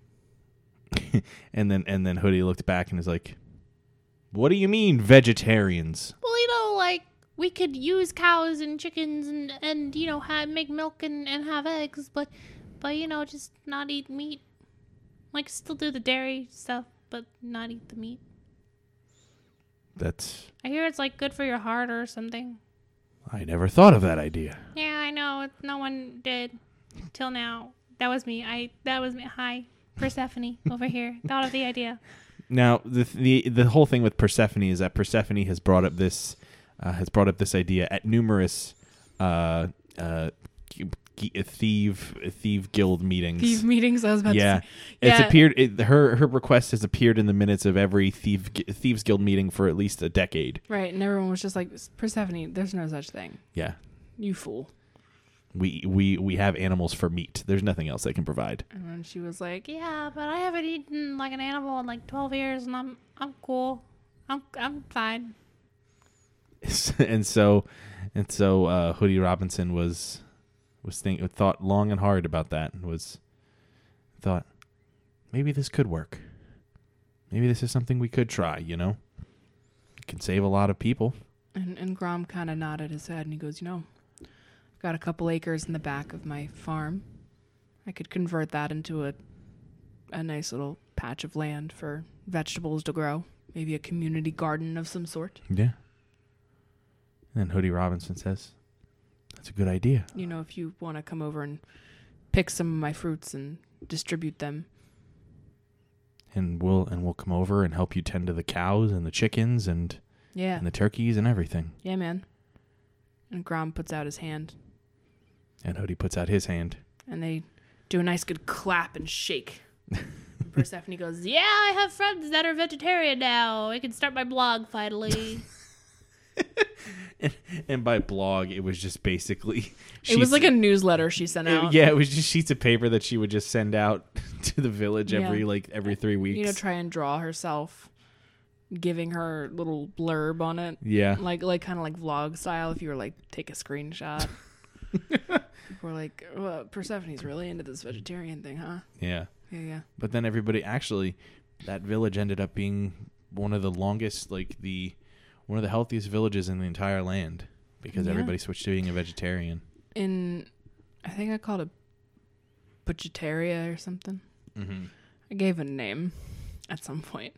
Speaker 1: And then and then Hoodie looked back and is like, "What do you mean vegetarians?"
Speaker 3: Well, you know, like we could use cows and chickens and and you know ha make milk and and have eggs, but but you know just not eat meat. Like still do the dairy stuff, but not eat the meat.
Speaker 1: That's
Speaker 3: I hear it's like good for your heart or something.
Speaker 1: I never thought of that idea.
Speaker 3: Yeah, I know. it- No one did till now. That was me. I that was me. Hi, Persephone over here. Thought of the idea.
Speaker 1: Now the the the whole thing with Persephone is that Persephone has brought up this uh, has brought up this idea at numerous uh, uh, g- g- thieve thieve guild meetings.
Speaker 2: These meetings, I was about
Speaker 1: yeah.
Speaker 2: to say.
Speaker 1: it's
Speaker 2: Yeah.
Speaker 1: appeared. It, her her request has appeared in the minutes of every thief gu- thieves guild meeting for at least a decade.
Speaker 2: Right. And everyone was just like, Persephone, there's no such thing.
Speaker 1: Yeah,
Speaker 2: You fool.
Speaker 1: we we we have animals for meat. There's nothing else they can provide.
Speaker 2: And then she was like,
Speaker 3: Yeah, but I haven't eaten like an animal in like twelve years, and I'm I'm cool. I'm I'm fine.
Speaker 1: and so and so uh, Hoodie Robinson was was think thought long and hard about that and was thought maybe this could work. Maybe this is something we could try. You know, it can save a lot of people.
Speaker 2: And, and Grom kind of nodded his head and he goes, You know, I've got a couple acres in the back of my farm. I could convert that into a, a nice little patch of land for vegetables to grow, maybe a community garden of some sort.
Speaker 1: Yeah. And Hoodie Robinson says, "That's a good idea."
Speaker 2: You know, if you want to come over and pick some of my fruits and distribute them.
Speaker 1: and we'll and we'll come over and help you tend to the cows and the chickens and,
Speaker 2: Yeah.
Speaker 1: and the turkeys and everything.
Speaker 2: Yeah, man. And Grom puts out his hand
Speaker 1: And Hody puts out his hand.
Speaker 2: and they do a nice good clap and shake. And Persephone goes, Yeah.
Speaker 3: Yeah, I have friends that are vegetarian now. I can start my blog finally.
Speaker 1: And by blog, it was just basically
Speaker 2: It was like a newsletter she sent out.
Speaker 1: yeah, it was just sheets of paper that she would just send out to the village
Speaker 2: Yeah.
Speaker 1: every like every three weeks.
Speaker 2: you know try and draw herself giving her little blurb on it
Speaker 1: yeah,
Speaker 2: like like kind of like vlog style if you were like take a screenshot People were like well, persephone's really into this vegetarian thing huh
Speaker 1: yeah.
Speaker 2: yeah yeah
Speaker 1: But then everybody actually, that village ended up being one of the longest, like the one of the healthiest villages in the entire land because
Speaker 2: Yeah.
Speaker 1: everybody switched to being a vegetarian.
Speaker 2: in i think i called it budgetaria or something
Speaker 1: Mm-hmm.
Speaker 2: i gave it a name at some point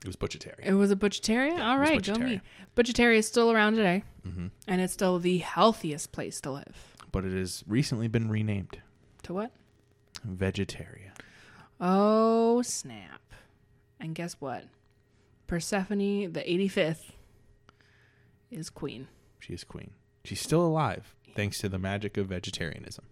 Speaker 1: It was budgetary.
Speaker 2: it was a budgetaria all
Speaker 1: it was
Speaker 2: right go
Speaker 1: budgetaria.
Speaker 2: me budgetaria is still around today
Speaker 1: Mm-hmm.
Speaker 2: and it's still the healthiest place to live
Speaker 1: but it has recently been renamed
Speaker 2: to what
Speaker 1: Vegetaria.
Speaker 2: Oh, snap. And guess what? Persephone, the 85th, is queen.
Speaker 1: She is queen. She's still alive thanks to the magic of vegetarianism.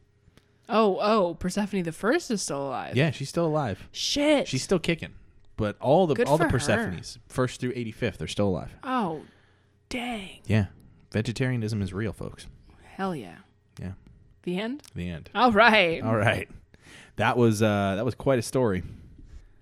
Speaker 2: Oh, oh, Persephone the first is still alive.
Speaker 1: Yeah, she's still alive.
Speaker 2: Shit.
Speaker 1: She's still kicking. But all the
Speaker 2: Good
Speaker 1: all the
Speaker 2: for her.
Speaker 1: Persephones, first through 85th, are still alive.
Speaker 2: oh, dang.
Speaker 1: Yeah. Vegetarianism is real, folks.
Speaker 2: Hell yeah.
Speaker 1: Yeah.
Speaker 2: The end?
Speaker 1: The end.
Speaker 2: All right.
Speaker 1: All right. That was uh that was quite a story.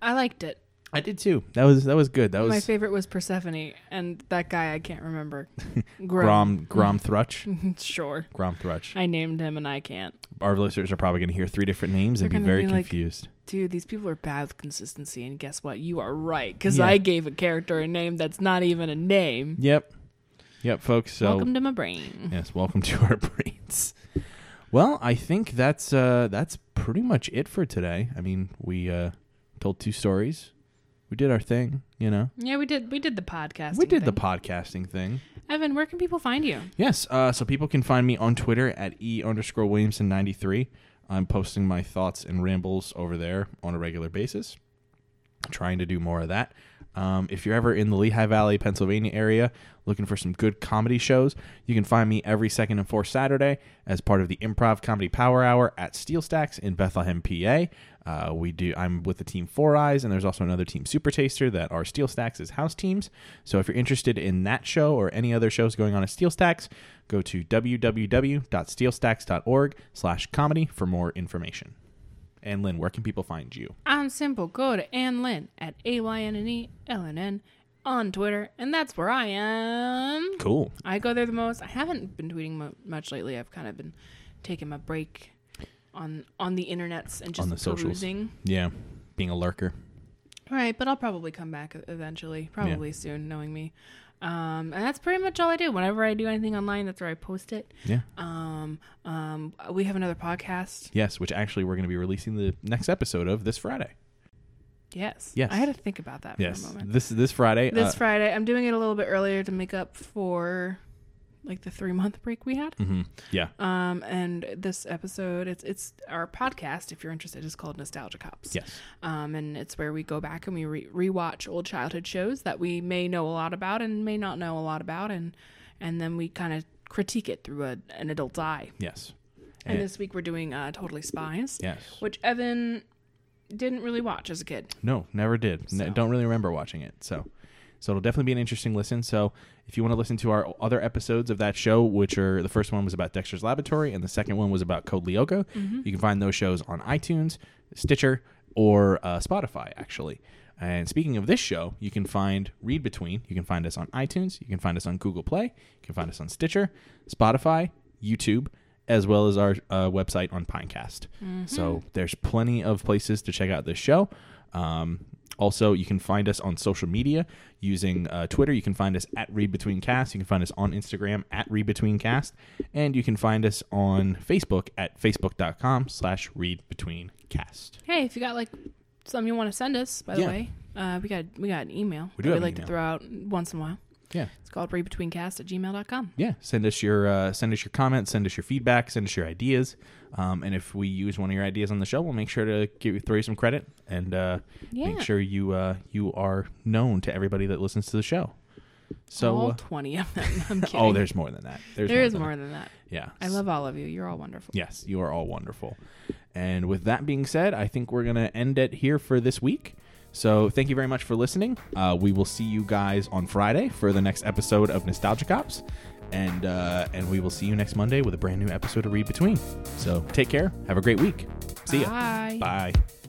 Speaker 2: I liked it.
Speaker 1: I did too. That was that was good. That
Speaker 2: My
Speaker 1: was
Speaker 2: favorite was Persephone and that guy I can't remember.
Speaker 1: Grom Grom Thrutch.
Speaker 2: sure.
Speaker 1: Grom Thrutch.
Speaker 2: I named him and I can't.
Speaker 1: Our listeners are probably going to hear three different names and
Speaker 2: They're
Speaker 1: be
Speaker 2: gonna
Speaker 1: very
Speaker 2: be like-
Speaker 1: confused.
Speaker 2: Dude, these people are bad with consistency, and guess what? You are right, because
Speaker 1: Yeah.
Speaker 2: I gave a character a name that's not even a name.
Speaker 1: Yep. Yep, folks. So
Speaker 2: Welcome to my brain.
Speaker 1: Yes, welcome to our brains. Well, I think that's uh, that's pretty much it for today. I mean, we uh, told two stories. We did our thing, you know.
Speaker 2: Yeah, we did. We did the podcast.
Speaker 1: We did the podcasting thing.
Speaker 2: Evan, where can people find you?
Speaker 1: Yes. Uh, so people can find me on Twitter at e underscore williamson ninety three. I'm posting my thoughts and rambles over there on a regular basis. Trying to do more of that. Um, if you're ever in the Lehigh Valley, Pennsylvania area looking for some good comedy shows, you can find me every second and fourth Saturday as part of the Improv Comedy Power Hour at Steel Stacks in Bethlehem, PA. Uh, we do. I'm with the team Four Eyes, and there's also another team, Super Taster, that are Steel Stacks' house teams. So if you're interested in that show or any other shows going on at Steel Stacks, go to www.steelstacks.org/comedy for more information. And Lynn, where can people find you?
Speaker 2: I'm simple. Go to Ann Lynn at A Y N N E L N N on Twitter, and that's where I am.
Speaker 1: Cool.
Speaker 2: I go there the most. I haven't been tweeting mo- much lately. I've kind of been taking my break on on the internets and just
Speaker 1: On the socials.
Speaker 2: perusing.
Speaker 1: Yeah, being a lurker.
Speaker 2: All right, but I'll probably come back e- eventually, probably soon, knowing me. Um, and that's pretty much all I do. Whenever I do anything online, that's where I post it.
Speaker 1: Yeah.
Speaker 2: Um, um, we have another podcast.
Speaker 1: Yes, which actually we're going to be releasing the next episode of this Friday.
Speaker 2: Yes.
Speaker 1: Yes.
Speaker 2: I had to think about that for a
Speaker 1: Yes,
Speaker 2: moment.
Speaker 1: this this Friday.
Speaker 2: This
Speaker 1: uh,
Speaker 2: Friday, I'm doing it a little bit earlier to make up for like the three month break we had.
Speaker 1: mhm. Yeah.
Speaker 2: Um, and this episode, it's it's our podcast. If you're interested, is called Nostalgia Cops.
Speaker 1: Yes.
Speaker 2: Um, and it's where we go back and we re- rewatch old childhood shows that we may know a lot about and may not know a lot about, and and then we kind of critique it through a, an adult's eye.
Speaker 1: Yes.
Speaker 2: And
Speaker 1: Eh.
Speaker 2: this week we're doing uh, Totally Spies,
Speaker 1: Yes.
Speaker 2: which Evan didn't really watch as a kid.
Speaker 1: No, never did. N-
Speaker 2: So-
Speaker 1: don't really remember watching it. So, so it'll definitely be an interesting listen. So, if you want to listen to our other episodes of that show, which are the first one was about Dexter's Laboratory and the second one was about Code Lyoko, you can find those shows on iTunes, Stitcher, or uh, Spotify, actually. And speaking of this show, you can find Read Between. You can find us on iTunes. You can find us on Google Play. You can find us on Stitcher, Spotify, YouTube, as well as our uh, website on Pinecast. So there's plenty of places to check out this show. Um, also, you can find us on social media using uh, Twitter. You can find us at ReadBetweenCast. You can find us on Instagram at ReadBetweenCast. And you can find us on Facebook at facebook.com slash ReadBetweenCast.
Speaker 2: Hey, if you got like something you want to send us, by the
Speaker 1: Yeah.
Speaker 2: way, uh, we got we got an email
Speaker 1: We do have
Speaker 2: that
Speaker 1: an
Speaker 2: like
Speaker 1: email.
Speaker 2: to throw out once in a while.
Speaker 1: Yeah.
Speaker 2: It's called readbetweencast at gmail.com.
Speaker 1: yeah send us your uh, send us your comments send us your feedback send us your ideas um, and if we use one of your ideas on the show we'll make sure to give you throw you some credit and uh,
Speaker 2: Yeah.
Speaker 1: make sure you uh, you are known to everybody that listens to the show so
Speaker 2: all
Speaker 1: uh,
Speaker 2: 20 of them. I'm kidding.
Speaker 1: oh there's more than that there's
Speaker 2: There
Speaker 1: more
Speaker 2: is
Speaker 1: than
Speaker 2: more than that.
Speaker 1: that. yeah
Speaker 2: I love all of you. You're all wonderful.
Speaker 1: yes you are all wonderful and with that being said i think we're gonna end it here for this week so thank you very much for listening uh, we will see you guys on friday for the next episode of nostalgia cops and uh, and we will see you next monday with a brand new episode of read between so take care have a great week see ya
Speaker 2: Bye.
Speaker 1: bye